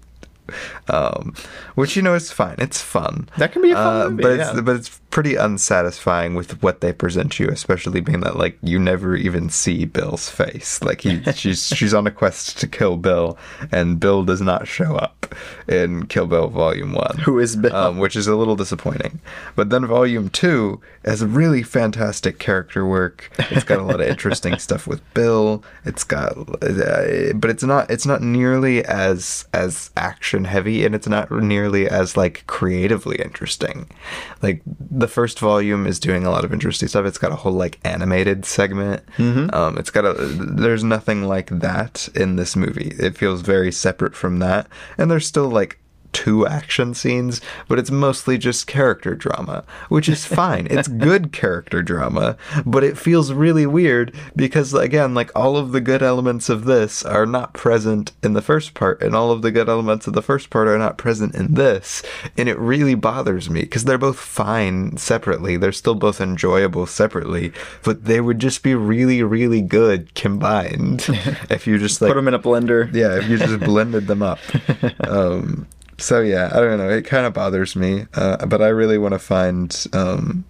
um which you know is fine it's fun Uh,
That can be a fun movie,
but it's
yeah.
but it's pretty unsatisfying with what they present you, especially being that like you never even see Bill's face. Like he she's she's on a quest to kill Bill, and Bill does not show up in Kill Bill Volume One.
Who is Bill?
Um, which is a little disappointing. But then Volume Two has really fantastic character work. It's got a lot of interesting stuff with Bill. It's got, uh, but it's not it's not nearly as as action heavy, and it's not nearly as like creatively interesting. Like the first volume is doing a lot of interesting stuff. It's got a whole like animated segment. Um, it's got a there's nothing like that in this movie. It feels very separate from that, and there's still like two action scenes, but it's mostly just character drama, which is fine. it's good character drama, but it feels really weird because again, like all of the good elements of this are not present in the first part and all of the good elements of the first part are not present in this, and it really bothers me because they're both fine separately. They're still both enjoyable separately, but they would just be really really good combined if you just like
Put them in a blender.
yeah, if you just blended them
(laughs)
up. Um, so yeah, I don't know. It kind of bothers me, uh, but I really want to find um,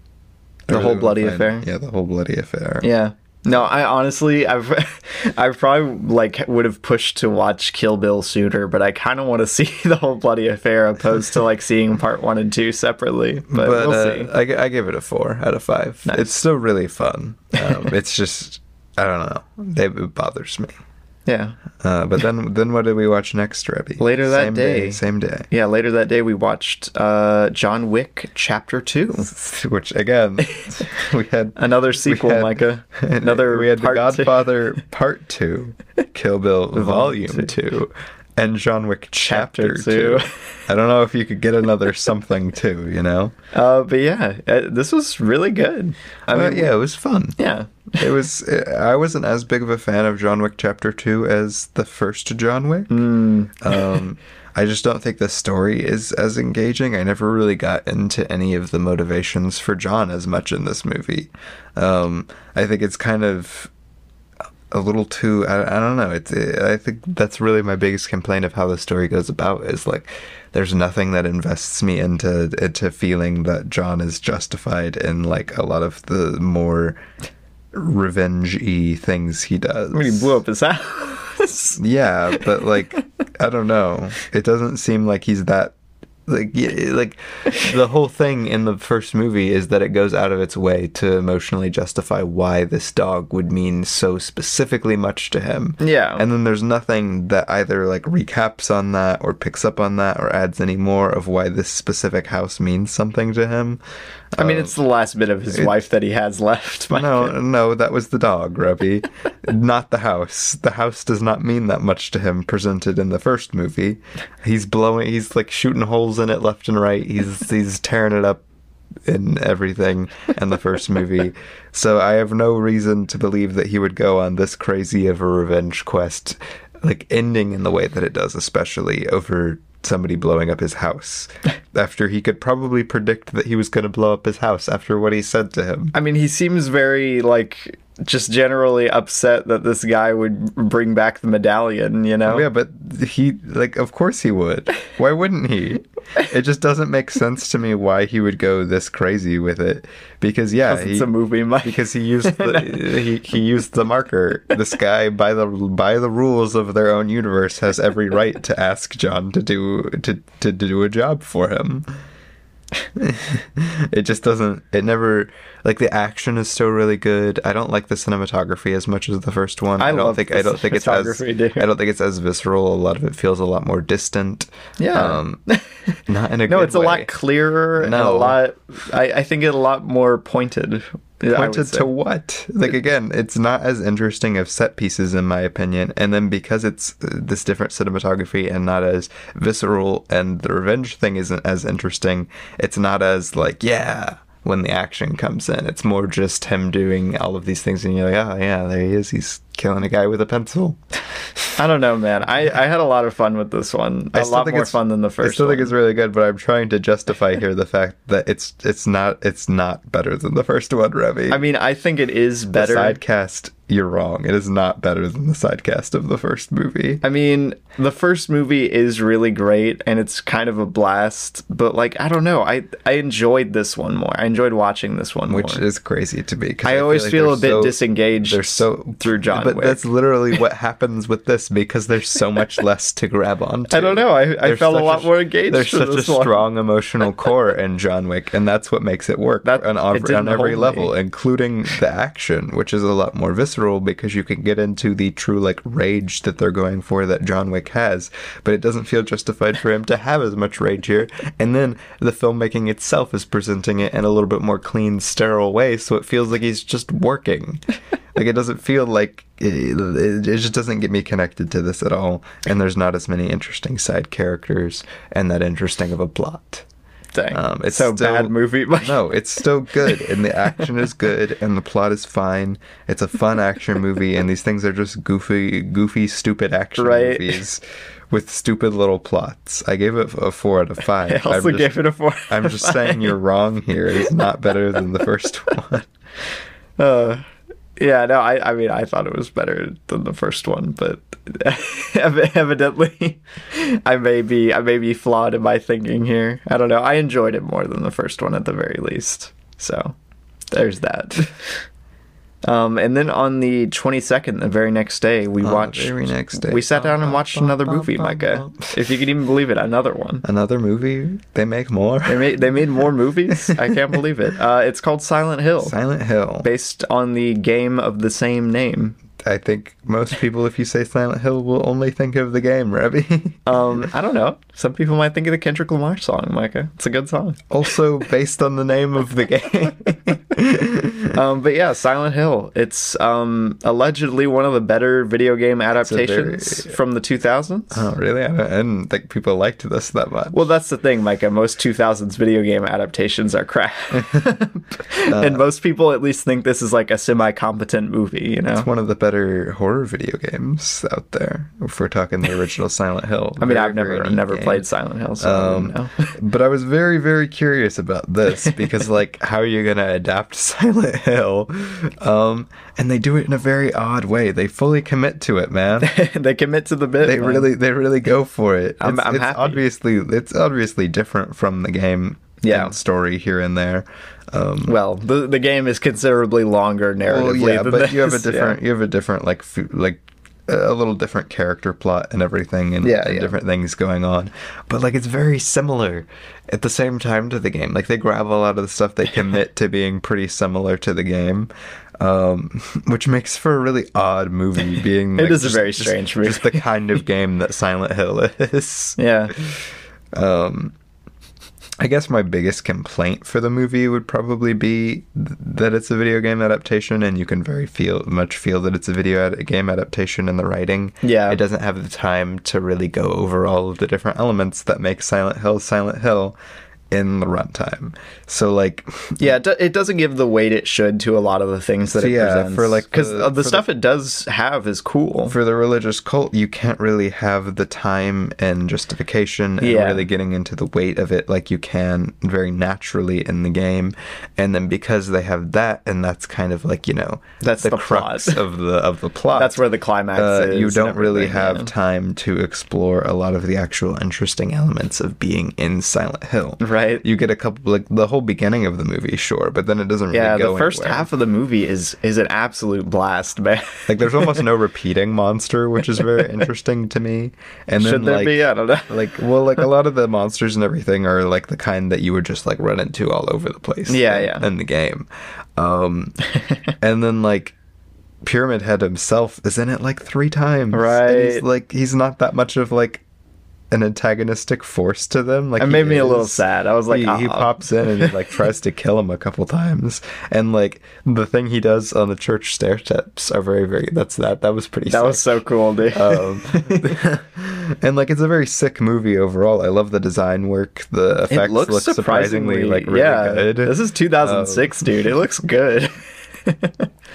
I
The whole
wanna
bloody
find-
affair?
Yeah, the whole bloody affair.
Yeah. No, I honestly, I've, (laughs) I probably like would have pushed to watch Kill Bill sooner, but I kind of want to see (laughs) the whole bloody affair opposed to like seeing part one and two separately. But,
but
we'll
uh,
see.
I, gi- I give it a four out of five.
(laughs)
It's still really fun. Um, it's just I don't know. They, it bothers me.
Yeah.
Uh, but then, then what did we watch next, Rebby?
Later that
Same
day.
Same day.
Yeah, later that day we watched uh, John Wick Chapter 2.
Which
(laughs)
again, we had
Another sequel,
had-
Micah.
(laughs)
Another
we had The
part two.
Godfather Part Two,
(laughs)
Kill Bill
Volume
Volume Two, and John Wick Chapter,
Chapter
two.
Two.
I don't know if you could get another something too, you know.
Uh, but yeah, uh, this was really good. I
But
mean,
yeah, it was fun.
yeah.
It was. I wasn't as big of a fan of John Wick Chapter Two as the first John Wick.
Mm.
(laughs) Um, I just don't think the story is as engaging. I never really got into any of the motivations for John as much in this movie. Um, I think it's kind of a little too. I, I don't know. It's. I think that's really my biggest complaint of how the story goes about is like there's nothing that invests me into into feeling that John is justified in like a lot of the more revenge-y things he does.
When he blew up his house. (laughs)
Yeah, but like I don't know. It doesn't seem like he's that like y- like the whole thing in the first movie is that it goes out of its way to emotionally justify why this dog would mean so specifically much to him.
Yeah.
And then there's nothing that either like recaps on that or picks up on that or adds any more of why this specific house means something to him.
I mean, it's the last bit of his life that he has left.
(laughs)
Micah.
No, no, that was the dog, Ruby. not the house. The house does not mean that much to him presented in the first movie. He's blowing he's like shooting holes in it left and right. He's he's tearing it up in everything in the first movie. So I have no reason to believe that he would go on this crazy of a revenge quest like ending in the way that it does especially over somebody blowing up his house after he could probably predict that he was going to blow up his house after what he said to him
I mean, he seems very, like, just generally upset that this guy would bring back the medallion, you know?
Yeah, but he like of course he would. Why wouldn't he? It just doesn't make sense to me why he would go this crazy with it because yeah, he,
It's a movie,
(laughs)
Mike.
because he
(laughs)
used the he, he used the marker. This guy by the by the rules of their own universe has every right to ask John to do to to do a job for him. (laughs) it just doesn't it never like the action is still really good. I don't like the cinematography as much as the first one.
I
don't
love
think
the
I don't think it's as
cinematography, dude.
I don't think it's as visceral. A lot of it feels a lot more distant. Um,
Yeah. (laughs)
not in a
no,
good
it's a lot
way.
clearer and a
No.
lot, I, I think, a lot more pointed. I would
pointed
say.
to what? Like again, it's not as interesting of set pieces in my opinion. And then because it's uh, this different cinematography and not as visceral, and the revenge thing isn't as interesting. It's not as like yeah when the action comes in. It's more just him doing all of these things, and you're like oh yeah, there he is. He's killing a guy with a pencil.
I don't know, man. I, I had a lot of fun with this one. (laughs) A
I still
lot
think
more
it's-
fun than the first.
I still
one.
think it's really good, but I'm trying to justify here the fact that it's it's not it's not better than the first one, Revy.
I mean, I think it is better.
The sidecast, you're wrong. It is not better than the sidecast of the first movie.
I mean, the first movie is really great and it's kind of a blast, but like I don't know, I I enjoyed this one more. I enjoyed watching this one
Which
more.
is crazy to me. 'cause
I always
like
feel
they're
a bit
so-
disengaged.
They're so
through John
but
Wick.
that's literally
(laughs)
what happens with this because there's so much less to grab onto.
I don't know. I, I
There's
felt a
such
lot more engaged.
There's
with
such a
this one.
strong emotional core in John Wick, and that's what makes it work
(laughs) That-
on,
it
ev-
didn't
on every
hold
level, including the action, which is a lot more visceral because you can get into the true like rage that they're going for that John Wick has, but it doesn't feel justified for him to have as much rage here. And then the filmmaking itself is presenting it in a little bit more clean, sterile way, so it feels like he's just working. Like it doesn't feel like it, it, it just doesn't get me connected to this at all, and there's not as many interesting side characters and that interesting of a plot.
Dang.
Um, it's
so
still-
bad movie. (laughs) but-
No, it's still good, and the action is good, and the plot is fine. It's a fun
(laughs)
action movie, and these things are just goofy, goofy, stupid action
Right.
movies with stupid little plots. I gave it a four out of
(laughs)
five.
I also
am
gave
just,
it a four.
(laughs) I'm just saying you're wrong here. It's not better than the first (laughs) one.
Uh, yeah, no, I, I mean, I thought it was better than the first one, but (laughs) ev- evidently, I may be, I may be flawed in my thinking here. I don't know. I enjoyed it more than the first one at the very least. So, there's that. (laughs) Um, and then on the 22nd, the very next day, we
On the
watched.
very next day.
We sat down and watched another
Bum, bum,
movie,
bum,
Micah.
bum.
(laughs) If you can even believe it, another
(laughs)
one.
Another movie? They make more?
They made they made more movies.
(laughs)
I can't believe it. Uh, it's called Silent Hill
Silent Hill.
based on the game of the same name.
I think most people, if you say Silent Hill, will only think of the game, Rebby. (laughs)
Um, I don't know. Some people might think of the Kendrick Lamar song, Micah. It's a
(laughs)
good song.
also based on the name of the game. (laughs)
Um, but yeah, Silent Hill. It's um, allegedly one of the better video game
very-
adaptations from the 2000s.
oh, really? I, don't, I didn't think people liked this that much.
Well, that's the thing, Micah. Most 2000s video game adaptations
(laughs)
are crap.
Uh.
and most people at least think this is like a semi competent movie, you know?
It's one of the better horror video games out there. If we're talking the
(laughs)
original Silent Hill,
I mean,
Very,
I've never
very neat
never
game.
played Silent Hill, so
Um,
I don't know. (laughs)
but I was very, very curious about this because, like, how are you going to adapt (laughs) Silent Hill? Um, and they do it in a very odd way. They fully commit to it, man.
they commit to the bit.
They
man.
really, they really go for it.
I'm-
it's,
I'm
it's
happy.
obviously, it's obviously different from the game.
Yeah.
and story here and there. Um,
well. The the game is considerably longer
well,
narratively.
yeah,
than
but you have a
this, yeah.
different, you have a different like, f- like a little different character plot and everything, and,
Yeah,
and
yeah.
different things going on. But like, it's very similar at the same time to the game. Like they grab a lot of the stuff
(laughs)
they commit to being pretty similar to the game. Um, (laughs) which makes for a really odd movie being
It
like,
is a
just-
very
just-
strange
just the kind of game that Silent Hill (laughs) is.
Yeah.
Um, I guess my biggest complaint for the movie would probably be th- that it's a video game adaptation, and you can very feel much feel that it's a video ad- game adaptation in the writing.
Yeah.
it doesn't have the time to really go over all of the different elements that make Silent Hill Silent Hill in the runtime. So like,
Yeah, it, do- it doesn't give the weight it should to a lot of the things that
So
it
yeah,
presents.
for, like,
because
the-
the,
for the-
stuff it does have is cool.
for the religious cult, you can't really have the time and justification and
Yeah.
really getting into the weight of it like you can very naturally in the game. And then because they have that, and that's kind of like you know
That's the
crux (laughs)
plot.
of the of the plot.
That's where the climax
uh,
is.
you
and
don't really
everything,
have
yeah.
time to explore a lot of the actual interesting elements of being in Silent Hill.
Right.
You get a couple like the whole beginning of the movie, sure, but then it doesn't really
Yeah,
go
the first
anywhere.
half of the movie is is an absolute blast, man.
Like there's almost no repeating monster, which is very interesting to me. And then,
Should there
like,
be? I don't know.
(laughs) like well, like a lot of the monsters and everything are like the kind that you would just like run into all over the place.
Yeah,
in,
yeah.
In the game, um, and then like Pyramid Head himself is in it like three times. And he's
Right.
like he's not that much of like an antagonistic force to them. Like
It
he
made me a little
is-
sad. I was like, "Oh."
he, he
"Aw."
pops in and like tries to kill him a couple times, and like the thing he does on the church stair steps are very very. That's that. That was pretty.
that was
sick.
so (laughs) cool, dude.
Uh, Um, (laughs) and like it's a very sick movie overall. I love the design work. The effects look surprisingly, like really
yeah.
good. Um,
This is 2006, dude. It
(laughs)
looks good.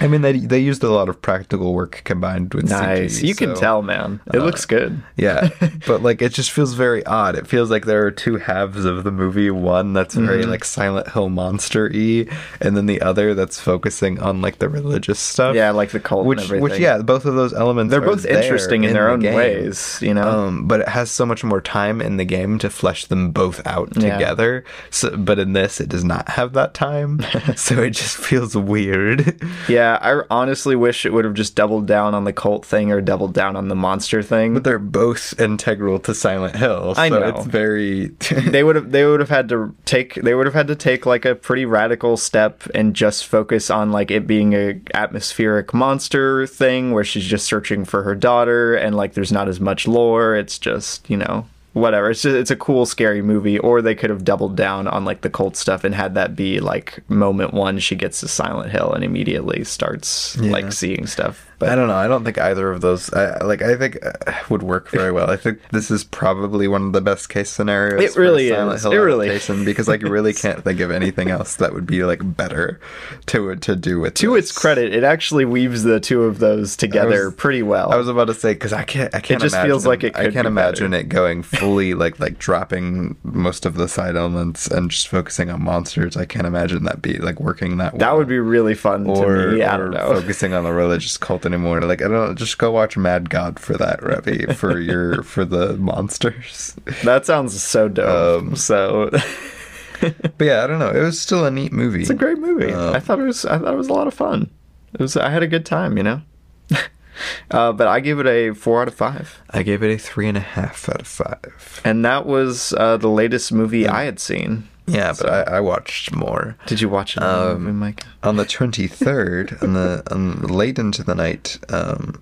I mean, they they used a lot of practical work combined with
nice.
CG,
you can
so-
tell, man. It looks good. (laughs)
Yeah, but like it just feels very odd. It feels like there are two halves of the movie. One that's very
Mm-hmm.
like Silent Hill monster y, and then the other that's focusing on like the religious stuff.
Yeah, like the cult and
which
everything.
which yeah, both of those elements
they're
are
both
there
interesting in Oh. their
the
own
game.
ways. You know,
Um, but it has so much more time in the game to flesh them both out
Yeah.
together. So, but in this, it does not have that
(laughs)
time, so it just feels weird. (laughs)
Yeah, I honestly wish it would have just doubled down on the cult thing or doubled down on the monster thing.
But they're both integral to Silent Hill, so
I know.
it's
(laughs)
very
They would have they would have had to take they would have had to take like a pretty radical step and just focus on like it being a atmospheric monster thing where she's just searching for her daughter and like there's not as much lore. It's just, you know, whatever. It's just, it's a cool scary movie or they could have doubled down on like the cult stuff and had that be like moment 1 she gets to Silent Hill and immediately starts like seeing stuff.
I don't know. I don't think either of those. I, like I think uh, would work very well. I think this is probably one of the best case scenarios.
It
for a
really
Silent
is.
Hill
It really
adaptation because like you really can't think of anything else that would be like better to to do with
to
this.
its credit, it actually weaves the two of those together
was-
pretty well.
I was about to say because I can't. I can't.
just
imagine,
feels like it
I
could
can't
be
imagine it going fully like like dropping most of the side elements and just focusing on monsters. I can't imagine that be like working that.
that would be really fun to
or,
me. I
or
don't know.
focusing on the religious cult anymore. Like I don't just go watch Mad God for that, Revy,
(laughs)
for your for the monsters.
That sounds so dope.
Um,
so (laughs)
But yeah, I don't know. It was still a neat movie.
it's a great movie.
Um,
I thought it was. I thought it was a lot of fun. It was. I had a good time. You know. (laughs) uh, but I give it a four out of five,
I gave it a three and a half out of five.
and that was uh, the latest movie I had seen.
Yeah, but I, I watched more.
Did you watch it um, movie, Mike?
on the 23rd on the on late into the night um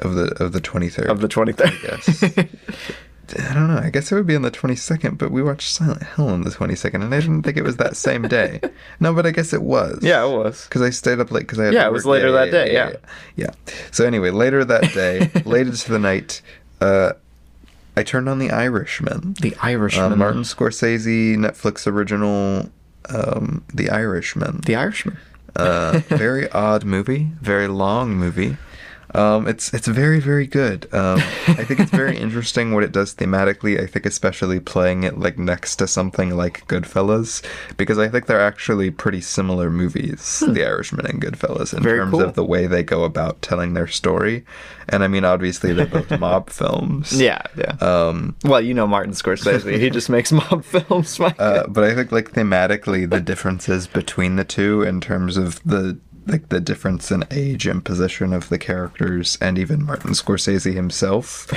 of the of the 23rd
Of the 23rd.
Yes. i don't know i guess it would be on the 22nd but we watched silent hill on the 22nd and i didn't think it was that same
(laughs)
day no but i guess it was
(laughs) yeah, it was.
because i stayed up late because i had
Yeah,
to
it was
work.
later that day,
yeah yeah yeah. so anyway later that
(laughs)
day late into the night uh i turned on the irishman
The
uh,
Irishman.
martin scorsese netflix original um the irishman
The Irishman.
uh, very odd movie, very long movie. Um, it's it's very very good. Um, I think it's
(laughs)
very interesting what it does thematically. I think especially playing it like next to something like Goodfellas, because I think they're actually pretty similar movies, The Irishman and Goodfellas, in
Hmm. Very
terms
cool.
of the way they go about telling their story. And I mean, obviously they're
(laughs)
both mob films.
Yeah, yeah.
Um,
well, you know Martin Scorsese. he just makes mob (laughs) films. Mike.
Uh, but I think like thematically the differences between the two in terms of the like the difference in age and position of the characters and even Martin Scorsese himself.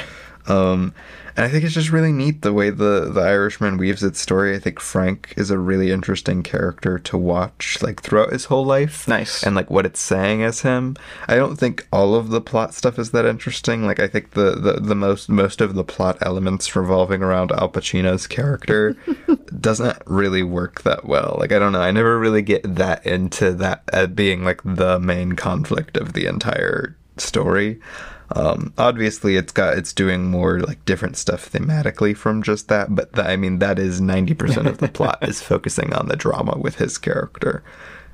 Um, and I think it's just really neat the way the the Irishman weaves its story. I think Frank is a really interesting character to watch like throughout his whole life.
Nice.
And like what it's saying as him. I don't think all of the plot stuff is that interesting. Like I think the the, the most most of the plot elements revolving around Al Pacino's character doesn't really work that well. Like I don't know. I never really get that into that uh, being like the main conflict of the entire story. Um, obviously, it's got it's doing more like different stuff thematically from just that, but tha- I mean that is ninety percent of the plot is focusing on the drama with his character.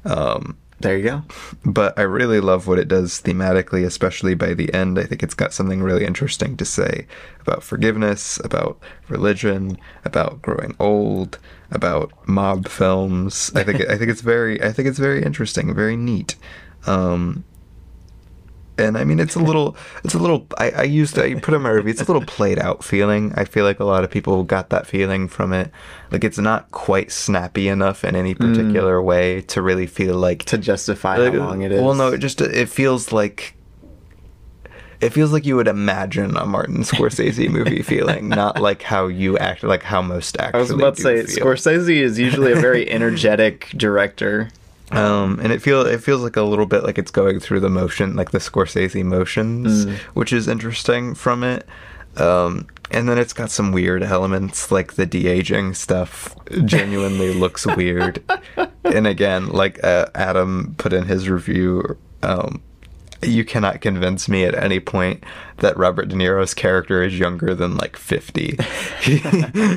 Um,
there you go.
but I really love what it does thematically, especially by the end. I think it's got something really interesting to say about forgiveness, about religion, about growing old, about mob films. I think I think it's very I think it's very interesting, very neat. Um, and I mean, it's a little, it's a little. I, I used, I put in my review. It's a little played out feeling. I feel like a lot of people got that feeling from it. Like it's not quite snappy enough in any particular way to really feel like
To justify
like,
how long it is.
Well, no, it just it feels like it feels like you would imagine a Martin
(laughs)
Scorsese movie feeling, not like how you act, like how most actually.
I was about to say Scorsese is usually
(laughs)
a very energetic director.
Um, and it feel it feels like a little bit like it's going through the motion, like the Scorsese motions,
Mm.
which is interesting from it. Um, and then it's got some weird elements, like the de aging stuff.
(laughs)
Genuinely looks weird. And again, like uh, Adam put in his review, um, you cannot convince me at any point that Robert De Niro's character is younger than like 50. (laughs) he,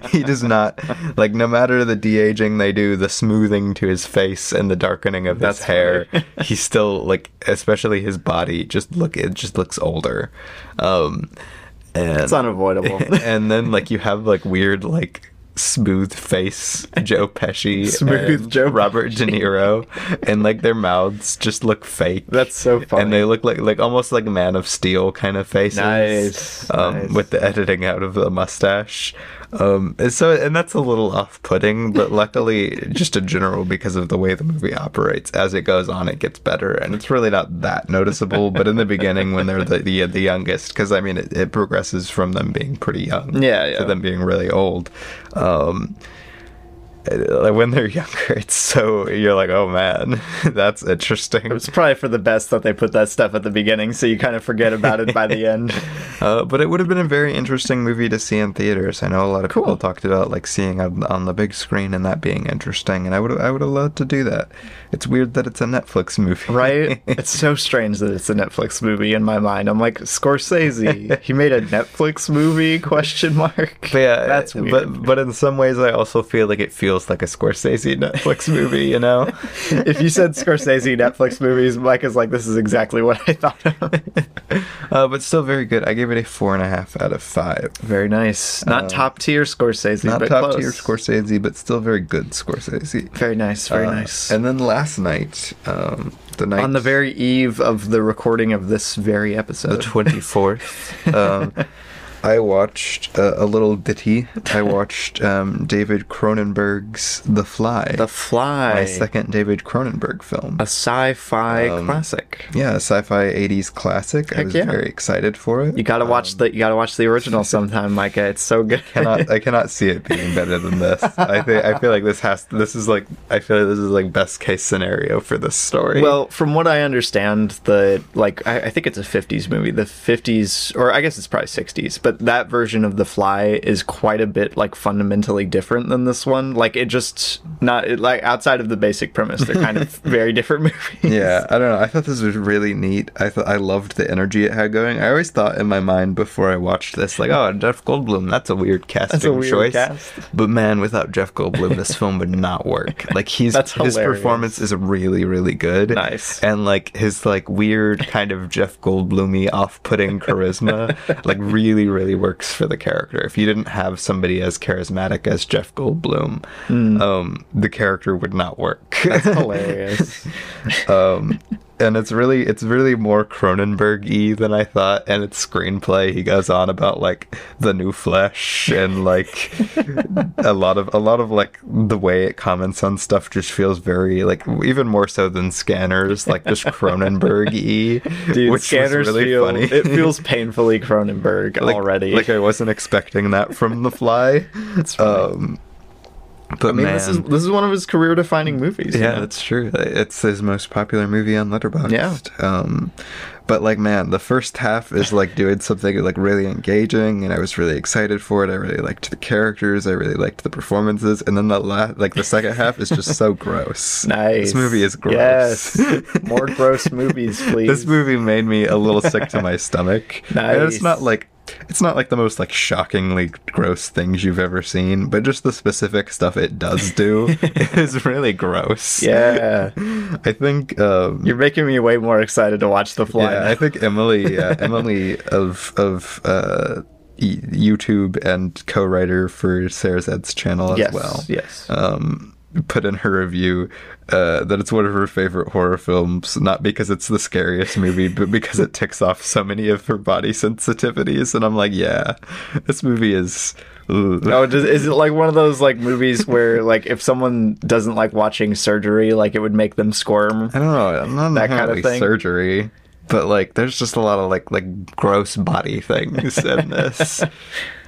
he does not like no matter the de-aging they do, the smoothing to his face and the darkening of
That's
his
(laughs)
hair, he still like especially his body just look it just looks older. Um and
It's unavoidable.
(laughs) and then like you have like weird like smooth face Joe Pesci,
(laughs) Smooth
and
Joe
Robert De Niro, and like their mouths just look fake.
That's so funny.
And they look like like almost like Man of Steel kind of faces.
Nice,
Um,
nice.
With the editing out of the mustache. Um, and so and that's a little off-putting, but luckily just in general because of the way the movie operates. As it goes on, it gets better, and it's really not that noticeable. but in the beginning, when they're the the, the youngest, because I mean, it, it progresses from them being pretty young
(laughs) Yeah, yeah.
to them being really old. Um, like when they're (laughs) younger, it's so you're like, oh man, (laughs) that's interesting.
It's probably for the best that they put that stuff at the beginning, so you kind of forget about it by
(laughs)
the end.
Uh, but it would have been a very interesting movie to see in theaters. I know a lot of people talked about like seeing on, on the big screen and that being interesting, and I would I would have loved to do that. It's weird that it's a Netflix movie, (laughs)
Right? It's so strange that it's a Netflix movie in my mind. I'm like, Scorsese, he made a Netflix movie? Question mark.
But yeah,
that's
uh,
weird.
But but in some ways, I also feel like it feels like a Scorsese (laughs)
(laughs)
Netflix movie. You know,
if you said Scorsese Netflix movies, Mike is like, this is exactly what I
(laughs)
thought of.
uh, but still very good. I gave it a four and a half out of five.
Very nice. Not top tier Scorsese,
Uh, Not
but
top
close.
tier Scorsese, but still very good Scorsese.
Very nice, very
Uh,
nice.
And then last night, um, the night
on the very eve of the recording of this very
the
episode.
24th. (laughs) um, I watched uh, a little ditty. I watched um, David Cronenberg's The Fly.
(laughs) The Fly,
my second David Cronenberg film.
a sci-fi classic.
yeah, a sci-fi 80s classic. I was
yeah.
very excited for it.
You gotta watch the you gotta watch the original sometime, Micah. It's so (laughs) good.
cannot I cannot see it being better than this. I think I feel like this has this is like I feel like this is like best case scenario for this story.
Well, from what I understand, the like I, I think it's a '50s movie. The '50s, or I guess it's probably '60s, but that version of The Fly is quite a bit like fundamentally different than this one. Like it just not it, like outside of the basic premise, they're kind (laughs) of very different movies.
yeah, I don't know. I thought this was really neat. I thought I loved the energy it had going. I always thought in my mind before I watched this, like, oh, Jeff Goldblum, that's a weird casting
weird
choice.
cast.
But man, without Jeff Goldblum,
(laughs)
this film would not work. Like he's
That's
his
hilarious.
performance is really really good.
Nice.
and like his like weird kind of Jeff Goldblumy off-putting
(laughs)
charisma like really really works for the character. If you didn't have somebody as charismatic as Jeff Goldblum,
Hmm.
um, the character would not work.
(laughs)
(laughs)
Hilarious.
um, and it's really it's really more Cronenberg-y than I thought. And its screenplay, he goes on about like the new flesh and
(laughs)
like a lot of a lot of like the way it comments on stuff just feels very like even more so than Scanners, like just Cronenberg-y,
(laughs) Dude,
which
scanners
was really
feel
funny.
it feels painfully
(laughs)
Cronenberg
like,
already.
like I wasn't expecting that from The Fly.
That's funny.
Um, but
I mean, this is this is one of his career-defining movies. you
Yeah,
know?
that's true. It's his most popular movie on Letterboxd.
Yeah.
Um, but like, man, the first half is like doing something like really engaging, and I was really excited for it. I really liked the characters. I really liked the performances, and then the la- like the second half is just
(laughs)
so gross.
nice.
This movie is gross.
Yes,
(laughs)
more gross movies, please.
This movie made me a little sick to
(laughs)
my stomach. And
Nice.
It's not like it's not like the most like shockingly gross things you've ever seen, but just the specific stuff it does
(laughs)
do is really gross.
Yeah.
I think um,
You're making me way more excited to watch The Fly.
yeah, I think Emily
(laughs)
uh, Emily of of uh, y- YouTube and co-writer for Sarah Zed's channel as
yes,
well.
yes.
Um, put in her review uh, that it's one of her favorite horror films, not because it's the scariest movie, but because it ticks off so many of her body sensitivities. And I'm like, yeah, this movie is. ugh.
oh, does, is it like one of those like movies where like if someone doesn't like watching surgery, like it would make them squirm?
I don't know. I'm not
That
that
kind of thing.
surgery, but like, there's just a lot of like like gross body things in
(laughs)
this.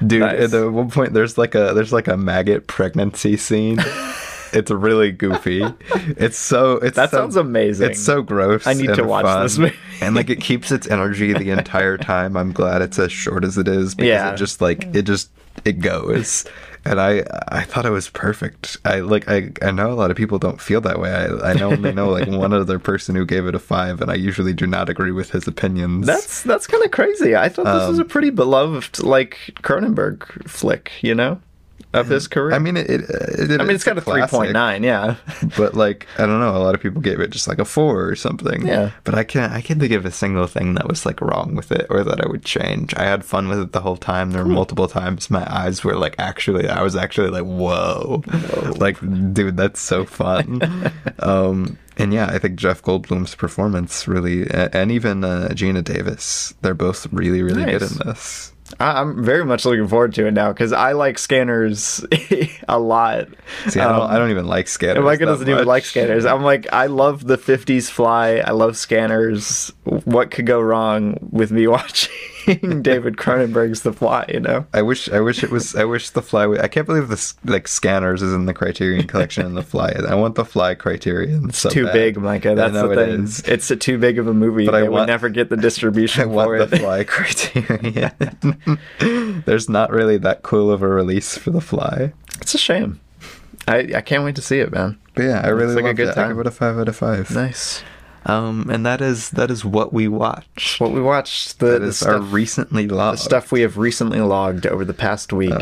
Dude,
Nice.
at the one point, there's like a there's like a maggot pregnancy
(laughs)
scene. it's really goofy. It's so it's
That
so-
sounds amazing.
It's so gross.
I need
and
to watch
fun.
this movie.
and like it keeps its energy the entire time. I'm glad it's as short as it is because
Yeah.
it just like it just it goes. And I I thought it was perfect. I like I I know a lot of people don't feel that way. I I know only know like one other person who gave it a five, and I usually do not agree with his opinions.
That's that's kind of crazy. I thought this
Um,
was a pretty beloved like Cronenberg flick, you know, of his career.
mm-hmm. I mean it. it, it
I mean, it's got a three
classic.
point nine. Yeah,
but like I don't know, a lot of people gave it just like a four or something.
Yeah.
But I can't I can't think of a single thing that was like wrong with it or that I would change. I had fun with it the whole time. There were multiple times my eyes were like actually I was actually like whoa, like dude that's so
(laughs)
fun. um, and yeah, I think Jeff Goldblum's performance really a- and even uh, Gina Davis, they're both really really
Nice.
good in this.
I, I'm very much looking forward to it now because I like scanners (laughs) a lot. Um,
See, I don't I don't even like Scanners.
And Micah
that
doesn't even
much.
like scanners. I'm like, I love the 50s fly. I love scanners. What could go wrong with me
(laughs)
(laughs) watching David Cronenberg's The Fly, you know?
I wish I wish it was I wish the fly I can't believe this like scanners is in the criterion collection and the fly is. I want the fly criterion so
Too
bad.
big, Micah. That's
I know
the
it
thing.
is.
It's a too big of a movie. But
I
they would
want-
never get the
(laughs)
distribution
(laughs) I want
for
the
it. (laughs)
fly criterion. (laughs) There's not really that cool of a release for the fly.
It's a shame. I, I can't wait to see it, man.
But yeah, I really
like a
loved
good
it. I
time.
give it a five out of five.
Nice.
Um and that is that is what we watched.
What we watched, the,
That
the
is our
stuff,
recently lost
stuff we have recently logged over the past week.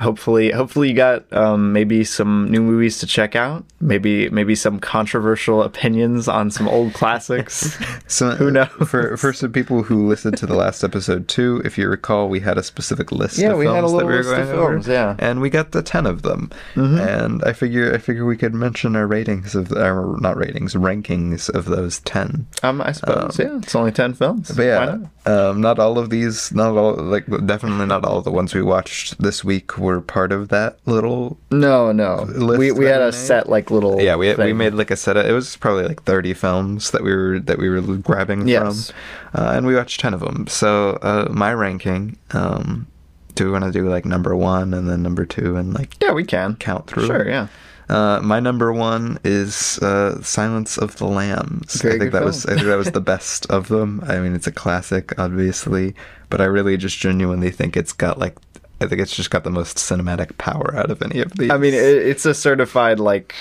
hopefully, hopefully you got um, maybe some new movies to check out. Maybe maybe some controversial opinions on some old (laughs) classics.
So
Who knows?
uh, For for some people who listened to the last episode too, if you recall, we had a specific list.
Yeah,
of
we had a
films that
little
we were
list of
going over,
films, yeah. Mm-hmm.
and we got the ten of them. uh, And I figure I figure we could mention our ratings of our not ratings rankings of those ten.
Um, I suppose. yeah, it's only ten films.
But
Why
yeah,
not?
um, not all of these, not all like definitely not all of the ones we watched this week were part of that little.
No, no.
List
we we
that
had
we
a
made?
set like little.
Yeah, we we
thing.
made like a set. Of, it was probably like thirty films that we were that we were grabbing
Yes.
from, uh, and we watched ten of them. So uh, my ranking. Um, do we want to do like number one and then number two and like
Yeah, we can
count through?
Sure. Yeah.
Uh, my number one is uh, Silence of the Lambs.
Very
I think
good
that was I
film.
think that was the best of them. I mean, it's a classic, obviously, but I really just genuinely think it's got like I think it's just got the most cinematic power out of any of these.
I mean, it, it's a certified like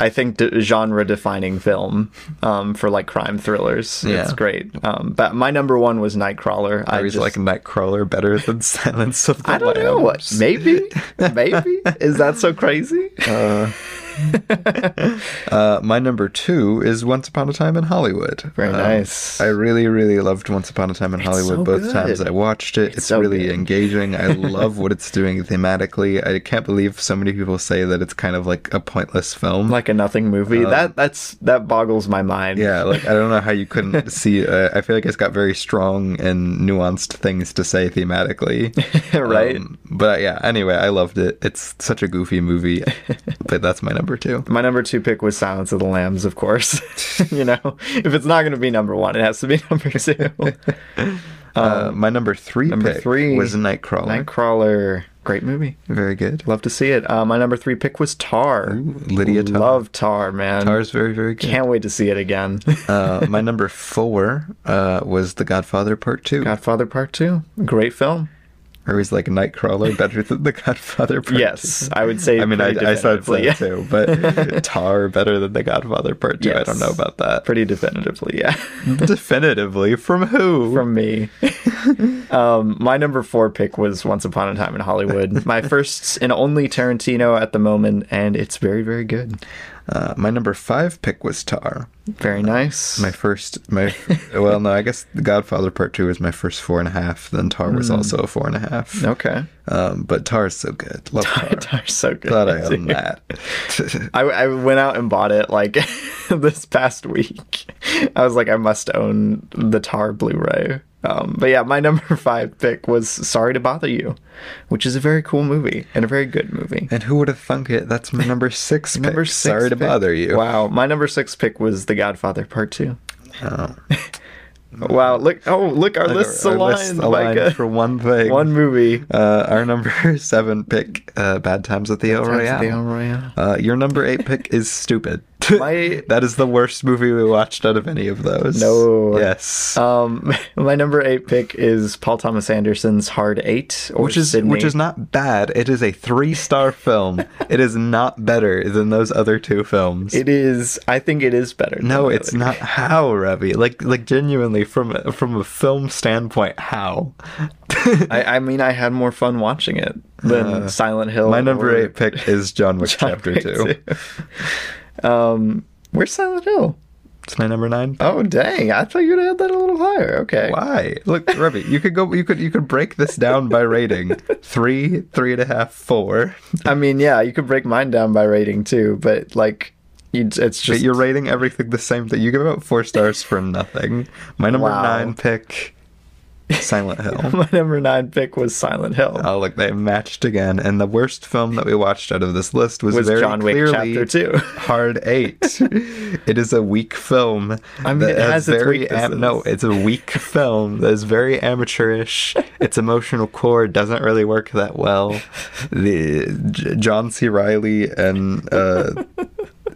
I think d- genre defining film um, for like crime thrillers. It's
Yeah.
great. Um, but my number one was Nightcrawler.
I
I,
always
just
like Nightcrawler better than (laughs) Silence of the
I
Lambs.
don't know what. (laughs) Maybe, maybe is that so crazy?
Uh, my number two is Once Upon a Time in Hollywood.
Very
Um,
nice.
I really, really loved Once Upon a Time in Hollywood
so
both
good.
times I watched it. It's,
so
really
good.
engaging.
(laughs)
I love what it's doing thematically. I can't believe so many people say that it's kind of like a pointless film.
like a nothing movie. that that's that boggles my mind.
Um, yeah, like I don't know how you couldn't see. Uh, I feel like it's got very strong and nuanced things to say thematically,
(laughs) (laughs) Right.
Um, but yeah, anyway, I loved it. It's such a goofy
(laughs)
movie, but that's my number two.
My number two pick was Silence of the Lambs, of course. (laughs) you know, if it's not going to be number one, it has to be (laughs) number two.
(laughs) uh, my number three
number
pick
three,
was Nightcrawler.
Nightcrawler, great movie.
very good.
Love to see it. Uh, my number three pick was Tar.
Ooh, Lydia Tarr.
Love Tar, man.
Ours very very good.
Can't wait to see it again.
(laughs) uh, my number four uh, was The Godfather Part Two.
Godfather Part Two, great film.
Or he's like Nightcrawler better than The Godfather Part Two.
Yes, I would say.
I mean, I,
pretty
I said so
definitively.
too,
(laughs)
but Tar better than The Godfather Part Two. I don't
Yes.
know about that.
pretty definitively, yeah.
(laughs) Mm-hmm. Definitively from who?
(laughs)
(laughs)
From me. um, my number four pick was Once Upon a Time
(laughs)
in Hollywood. My first and only Tarantino at the moment, and it's very, very good.
uh, my number five pick was Tar.
Very nice.
My first, my well, no, I guess The Godfather Part Two was my first four and a half. Then Tar was also a four and a half.
okay.
Um, but Tar is so good. Love Tar. (laughs)
(laughs) Tar's so good.
Glad I own
dude.
that. (laughs)
I, I went out and bought it like (laughs) this past week. I was like, I must own the Tar Blu-ray. Um, but yeah, my (laughs) number five pick was Sorry to Bother You, which is a very cool movie and a very good movie.
And who would have thunk it? That's my (laughs) number six. pick.
Number six
Sorry to
pick-
bother you.
Wow, my number six pick was The Godfather Part Two.
(laughs) (laughs) Oh.
Wow, look! Oh, look, our lists
Mm. Our- our lists
aligned. by
aligned
good-
for one thing.
one movie.
(laughs) Uh, our number (laughs) seven pick, uh, Bad Times at the El
Times at the El
Royale.
Royale.
Uh, your number eight (laughs) pick is Stupid.
My-
that is the worst movie we watched out of any of those.
No.
Yes.
Um, (laughs) my number eight pick is Paul Thomas Anderson's Hard Eight, or
which is
Sydney.
which is not bad. It is a three star (laughs) film. it is not better than those other two films.
It is. I think it is better. than
no,
the
it's
other.
not how, Ravi. Like like genuinely from a- from a film standpoint, how? (laughs)
I, I mean, I had more fun watching it than Silent Hill.
Uh, My number
or
eight pick is John Wick
(laughs) John
Chapter
Wick
Two.
Two. (laughs) um, where's Silent Hill?
It's my number nine.
Oh, dang! I thought you'd have that a little higher. Okay.
Why? Look, Ruby, you could go. You could you could break this down by
(laughs)
rating: three, three and a half, four.
I mean, yeah, you could break mine down by rating too, but like, you, it's
But
just
you're rating everything the same thing. You give out four stars for nothing. My number
Wow.
nine pick, Silent Hill.
(laughs) my number nine pick was Silent Hill.
Oh, look, they matched again. And the worst film that we watched out of this list was,
Was
very
John Wick
clearly
Chapter Two. (laughs)
Hard Eight. it is a weak film.
I mean,
that
it has its
very
weaknesses.
no. It's a weak film that is very
(laughs)
amateurish. its emotional core doesn't really work that well. The J- John C. Riley and.
(laughs)
Uh,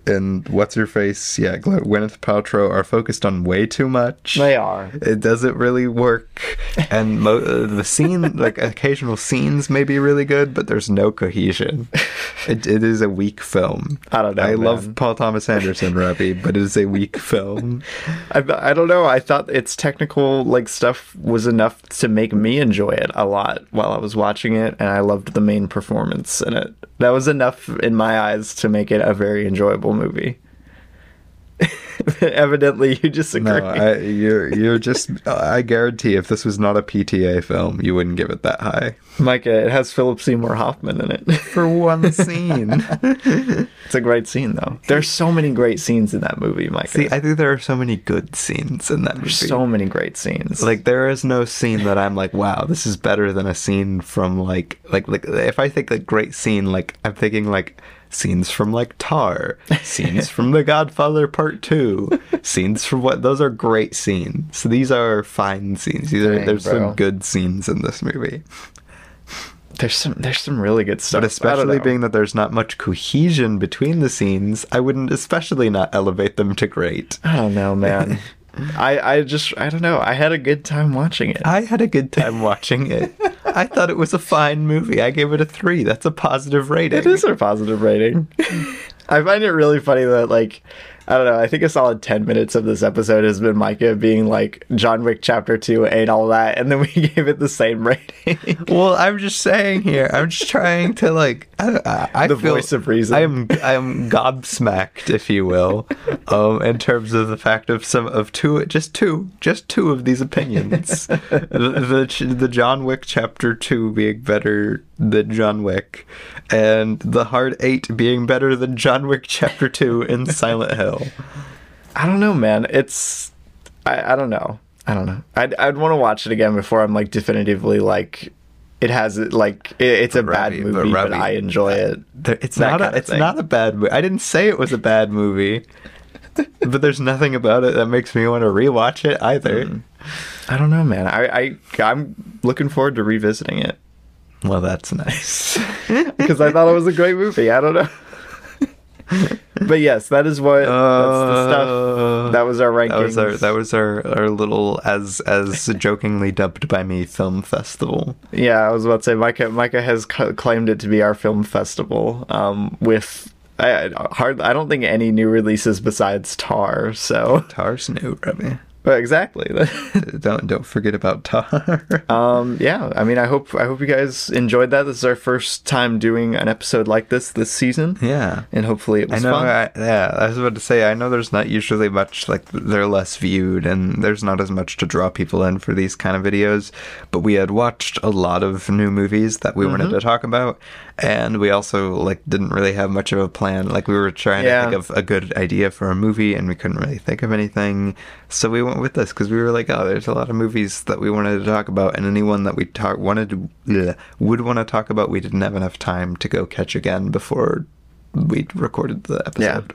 And what's her face? Yeah, Gw- Gwyneth Paltrow are focused on way too much
They are.
it doesn't really work and mo- uh, the scene like occasional scenes may be really good but there's no cohesion it, it is a weak film
I don't know,
i
man.
love paul thomas anderson Robbie, but it is a
(laughs)
weak film
I, th- I don't know. I thought its technical like stuff was enough to make me enjoy it a lot while I was watching it, and I loved the main performance in it. That was enough in my eyes to make it a very enjoyable movie. (laughs) Evidently, you disagree.
No, I, you're you're just. I guarantee, if this was not a PTA film, you wouldn't give it that high
Micah, uh, it has Philip Seymour Hoffman in it.
(laughs) for one scene.
(laughs) it's a great scene, though. There's so many great scenes in that movie, Micah.
See, I think there are so many good scenes in that movie.
There's so many great
(laughs)
scenes.
like there is no scene that I'm like, wow, this is better than a scene from like like like if I think like great scene, like I'm thinking like scenes from like Tar,
(laughs)
scenes from The Godfather Part Two, scenes from what those are great scenes. So these are fine scenes. These are,
Dang,
there's
bro.
some good scenes in this movie.
there's some there's some really good stuff.
But especially
being.
being that there's not much cohesion between the scenes, I wouldn't especially not elevate them to great.
I don't
(laughs)
know, man. I I just I don't know. I had a good time watching it.
I had a good time watching
(laughs)
it. I thought it was a fine movie. I gave it a three. That's a positive rating.
It is a
(laughs)
positive rating. I find it really funny that like I don't know. I think a solid ten minutes of this episode has been Micah being like John Wick Chapter Two ain't all that, and then we (laughs) gave it the same rating.
Well, I'm just saying here. I'm just trying to like. I, I, I
The
feel-
voice of reason.
I am. I am gobsmacked, if you
(laughs)
will, um, in terms of the fact of some of two, just two, just two of these
(laughs)
opinions. the, the the John Wick chapter two being better than John Wick, and the Hard Eight being better than John Wick chapter two in Silent Hill.
I don't know, man. It's I I don't know. I don't know. I'd I'd want to watch it again before I'm like definitively like it has like it, it's a bad
Ravi- but
movie, but
Ravi-
I enjoy it.
There, it's
That
not.
kind
A,
of
it's
thing.
not a bad movie. I didn't say it was a bad (laughs) movie, but there's nothing about it that makes me want to rewatch it either.
I don't know, man. I, I I'm looking forward to revisiting it
Well, that's (laughs) nice.
because I thought it was a great movie. I don't know. (laughs) but yes, that is what that's the
Uh,
stuff. That was our
That
ranking.
was our that was our, our little as as jokingly dubbed by me film festival.
yeah, I was about to say Micah. Micah has c- claimed it to be our film festival. Um, with I, I- hard. I don't think any new releases besides Tar. So (laughs)
Tar's new, Remy.
Well, exactly.
(laughs)
(laughs)
don't don't forget about Tar.
um, yeah. I mean, I hope I hope you guys enjoyed that. This is our first time doing an episode like this this season.
(laughs) yeah.
And hopefully it
I
was
know.
fun.
I, yeah, I was about to say. I know there's not usually much like they're less viewed, and there's not as much to draw people in for these kind of videos. But we had watched a lot of new movies that we
Mm-hmm.
wanted to talk about, and we also like didn't really have much of a plan. Like we were trying
Yeah.
to think of a good idea for a movie, and we couldn't really think of anything. So we went with this because we were like, oh, there's a lot of movies that we wanted to talk about, and anyone that we talk wanted to bleh, would want to talk about, we didn't have enough time to go catch again before we recorded the episode.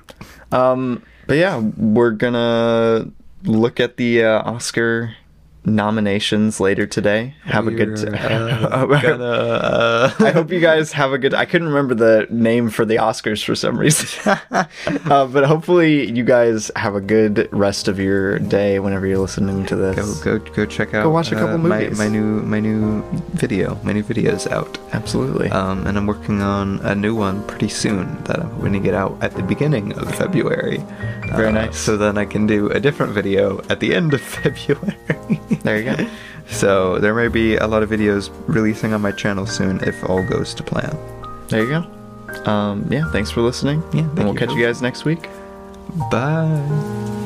Um, but yeah, we're gonna look at the uh, Oscar nominations later today. Have a good.
We're,
(laughs)
uh, gonna, uh,
I hope you guys have a good. I couldn't remember the name for the Oscars for some
(laughs)
reason, (laughs) uh, but hopefully you guys have a good rest of your day whenever you're listening to this.
go go go check out uh,
watch a couple
my,
movies.
my new my new video. My new video's out.
Absolutely.
Um, and I'm working on a new one pretty soon that I'm going to get out at the beginning of February. Uh,
Very nice.
So then I can do a different video at the end of (laughs) February.
There you go.
So there may be a lot of videos releasing on my channel soon if all goes to plan.
There you go. Um, yeah, thanks for listening.
Yeah,
and
thank
we'll
you.
catch you guys next week.
Bye.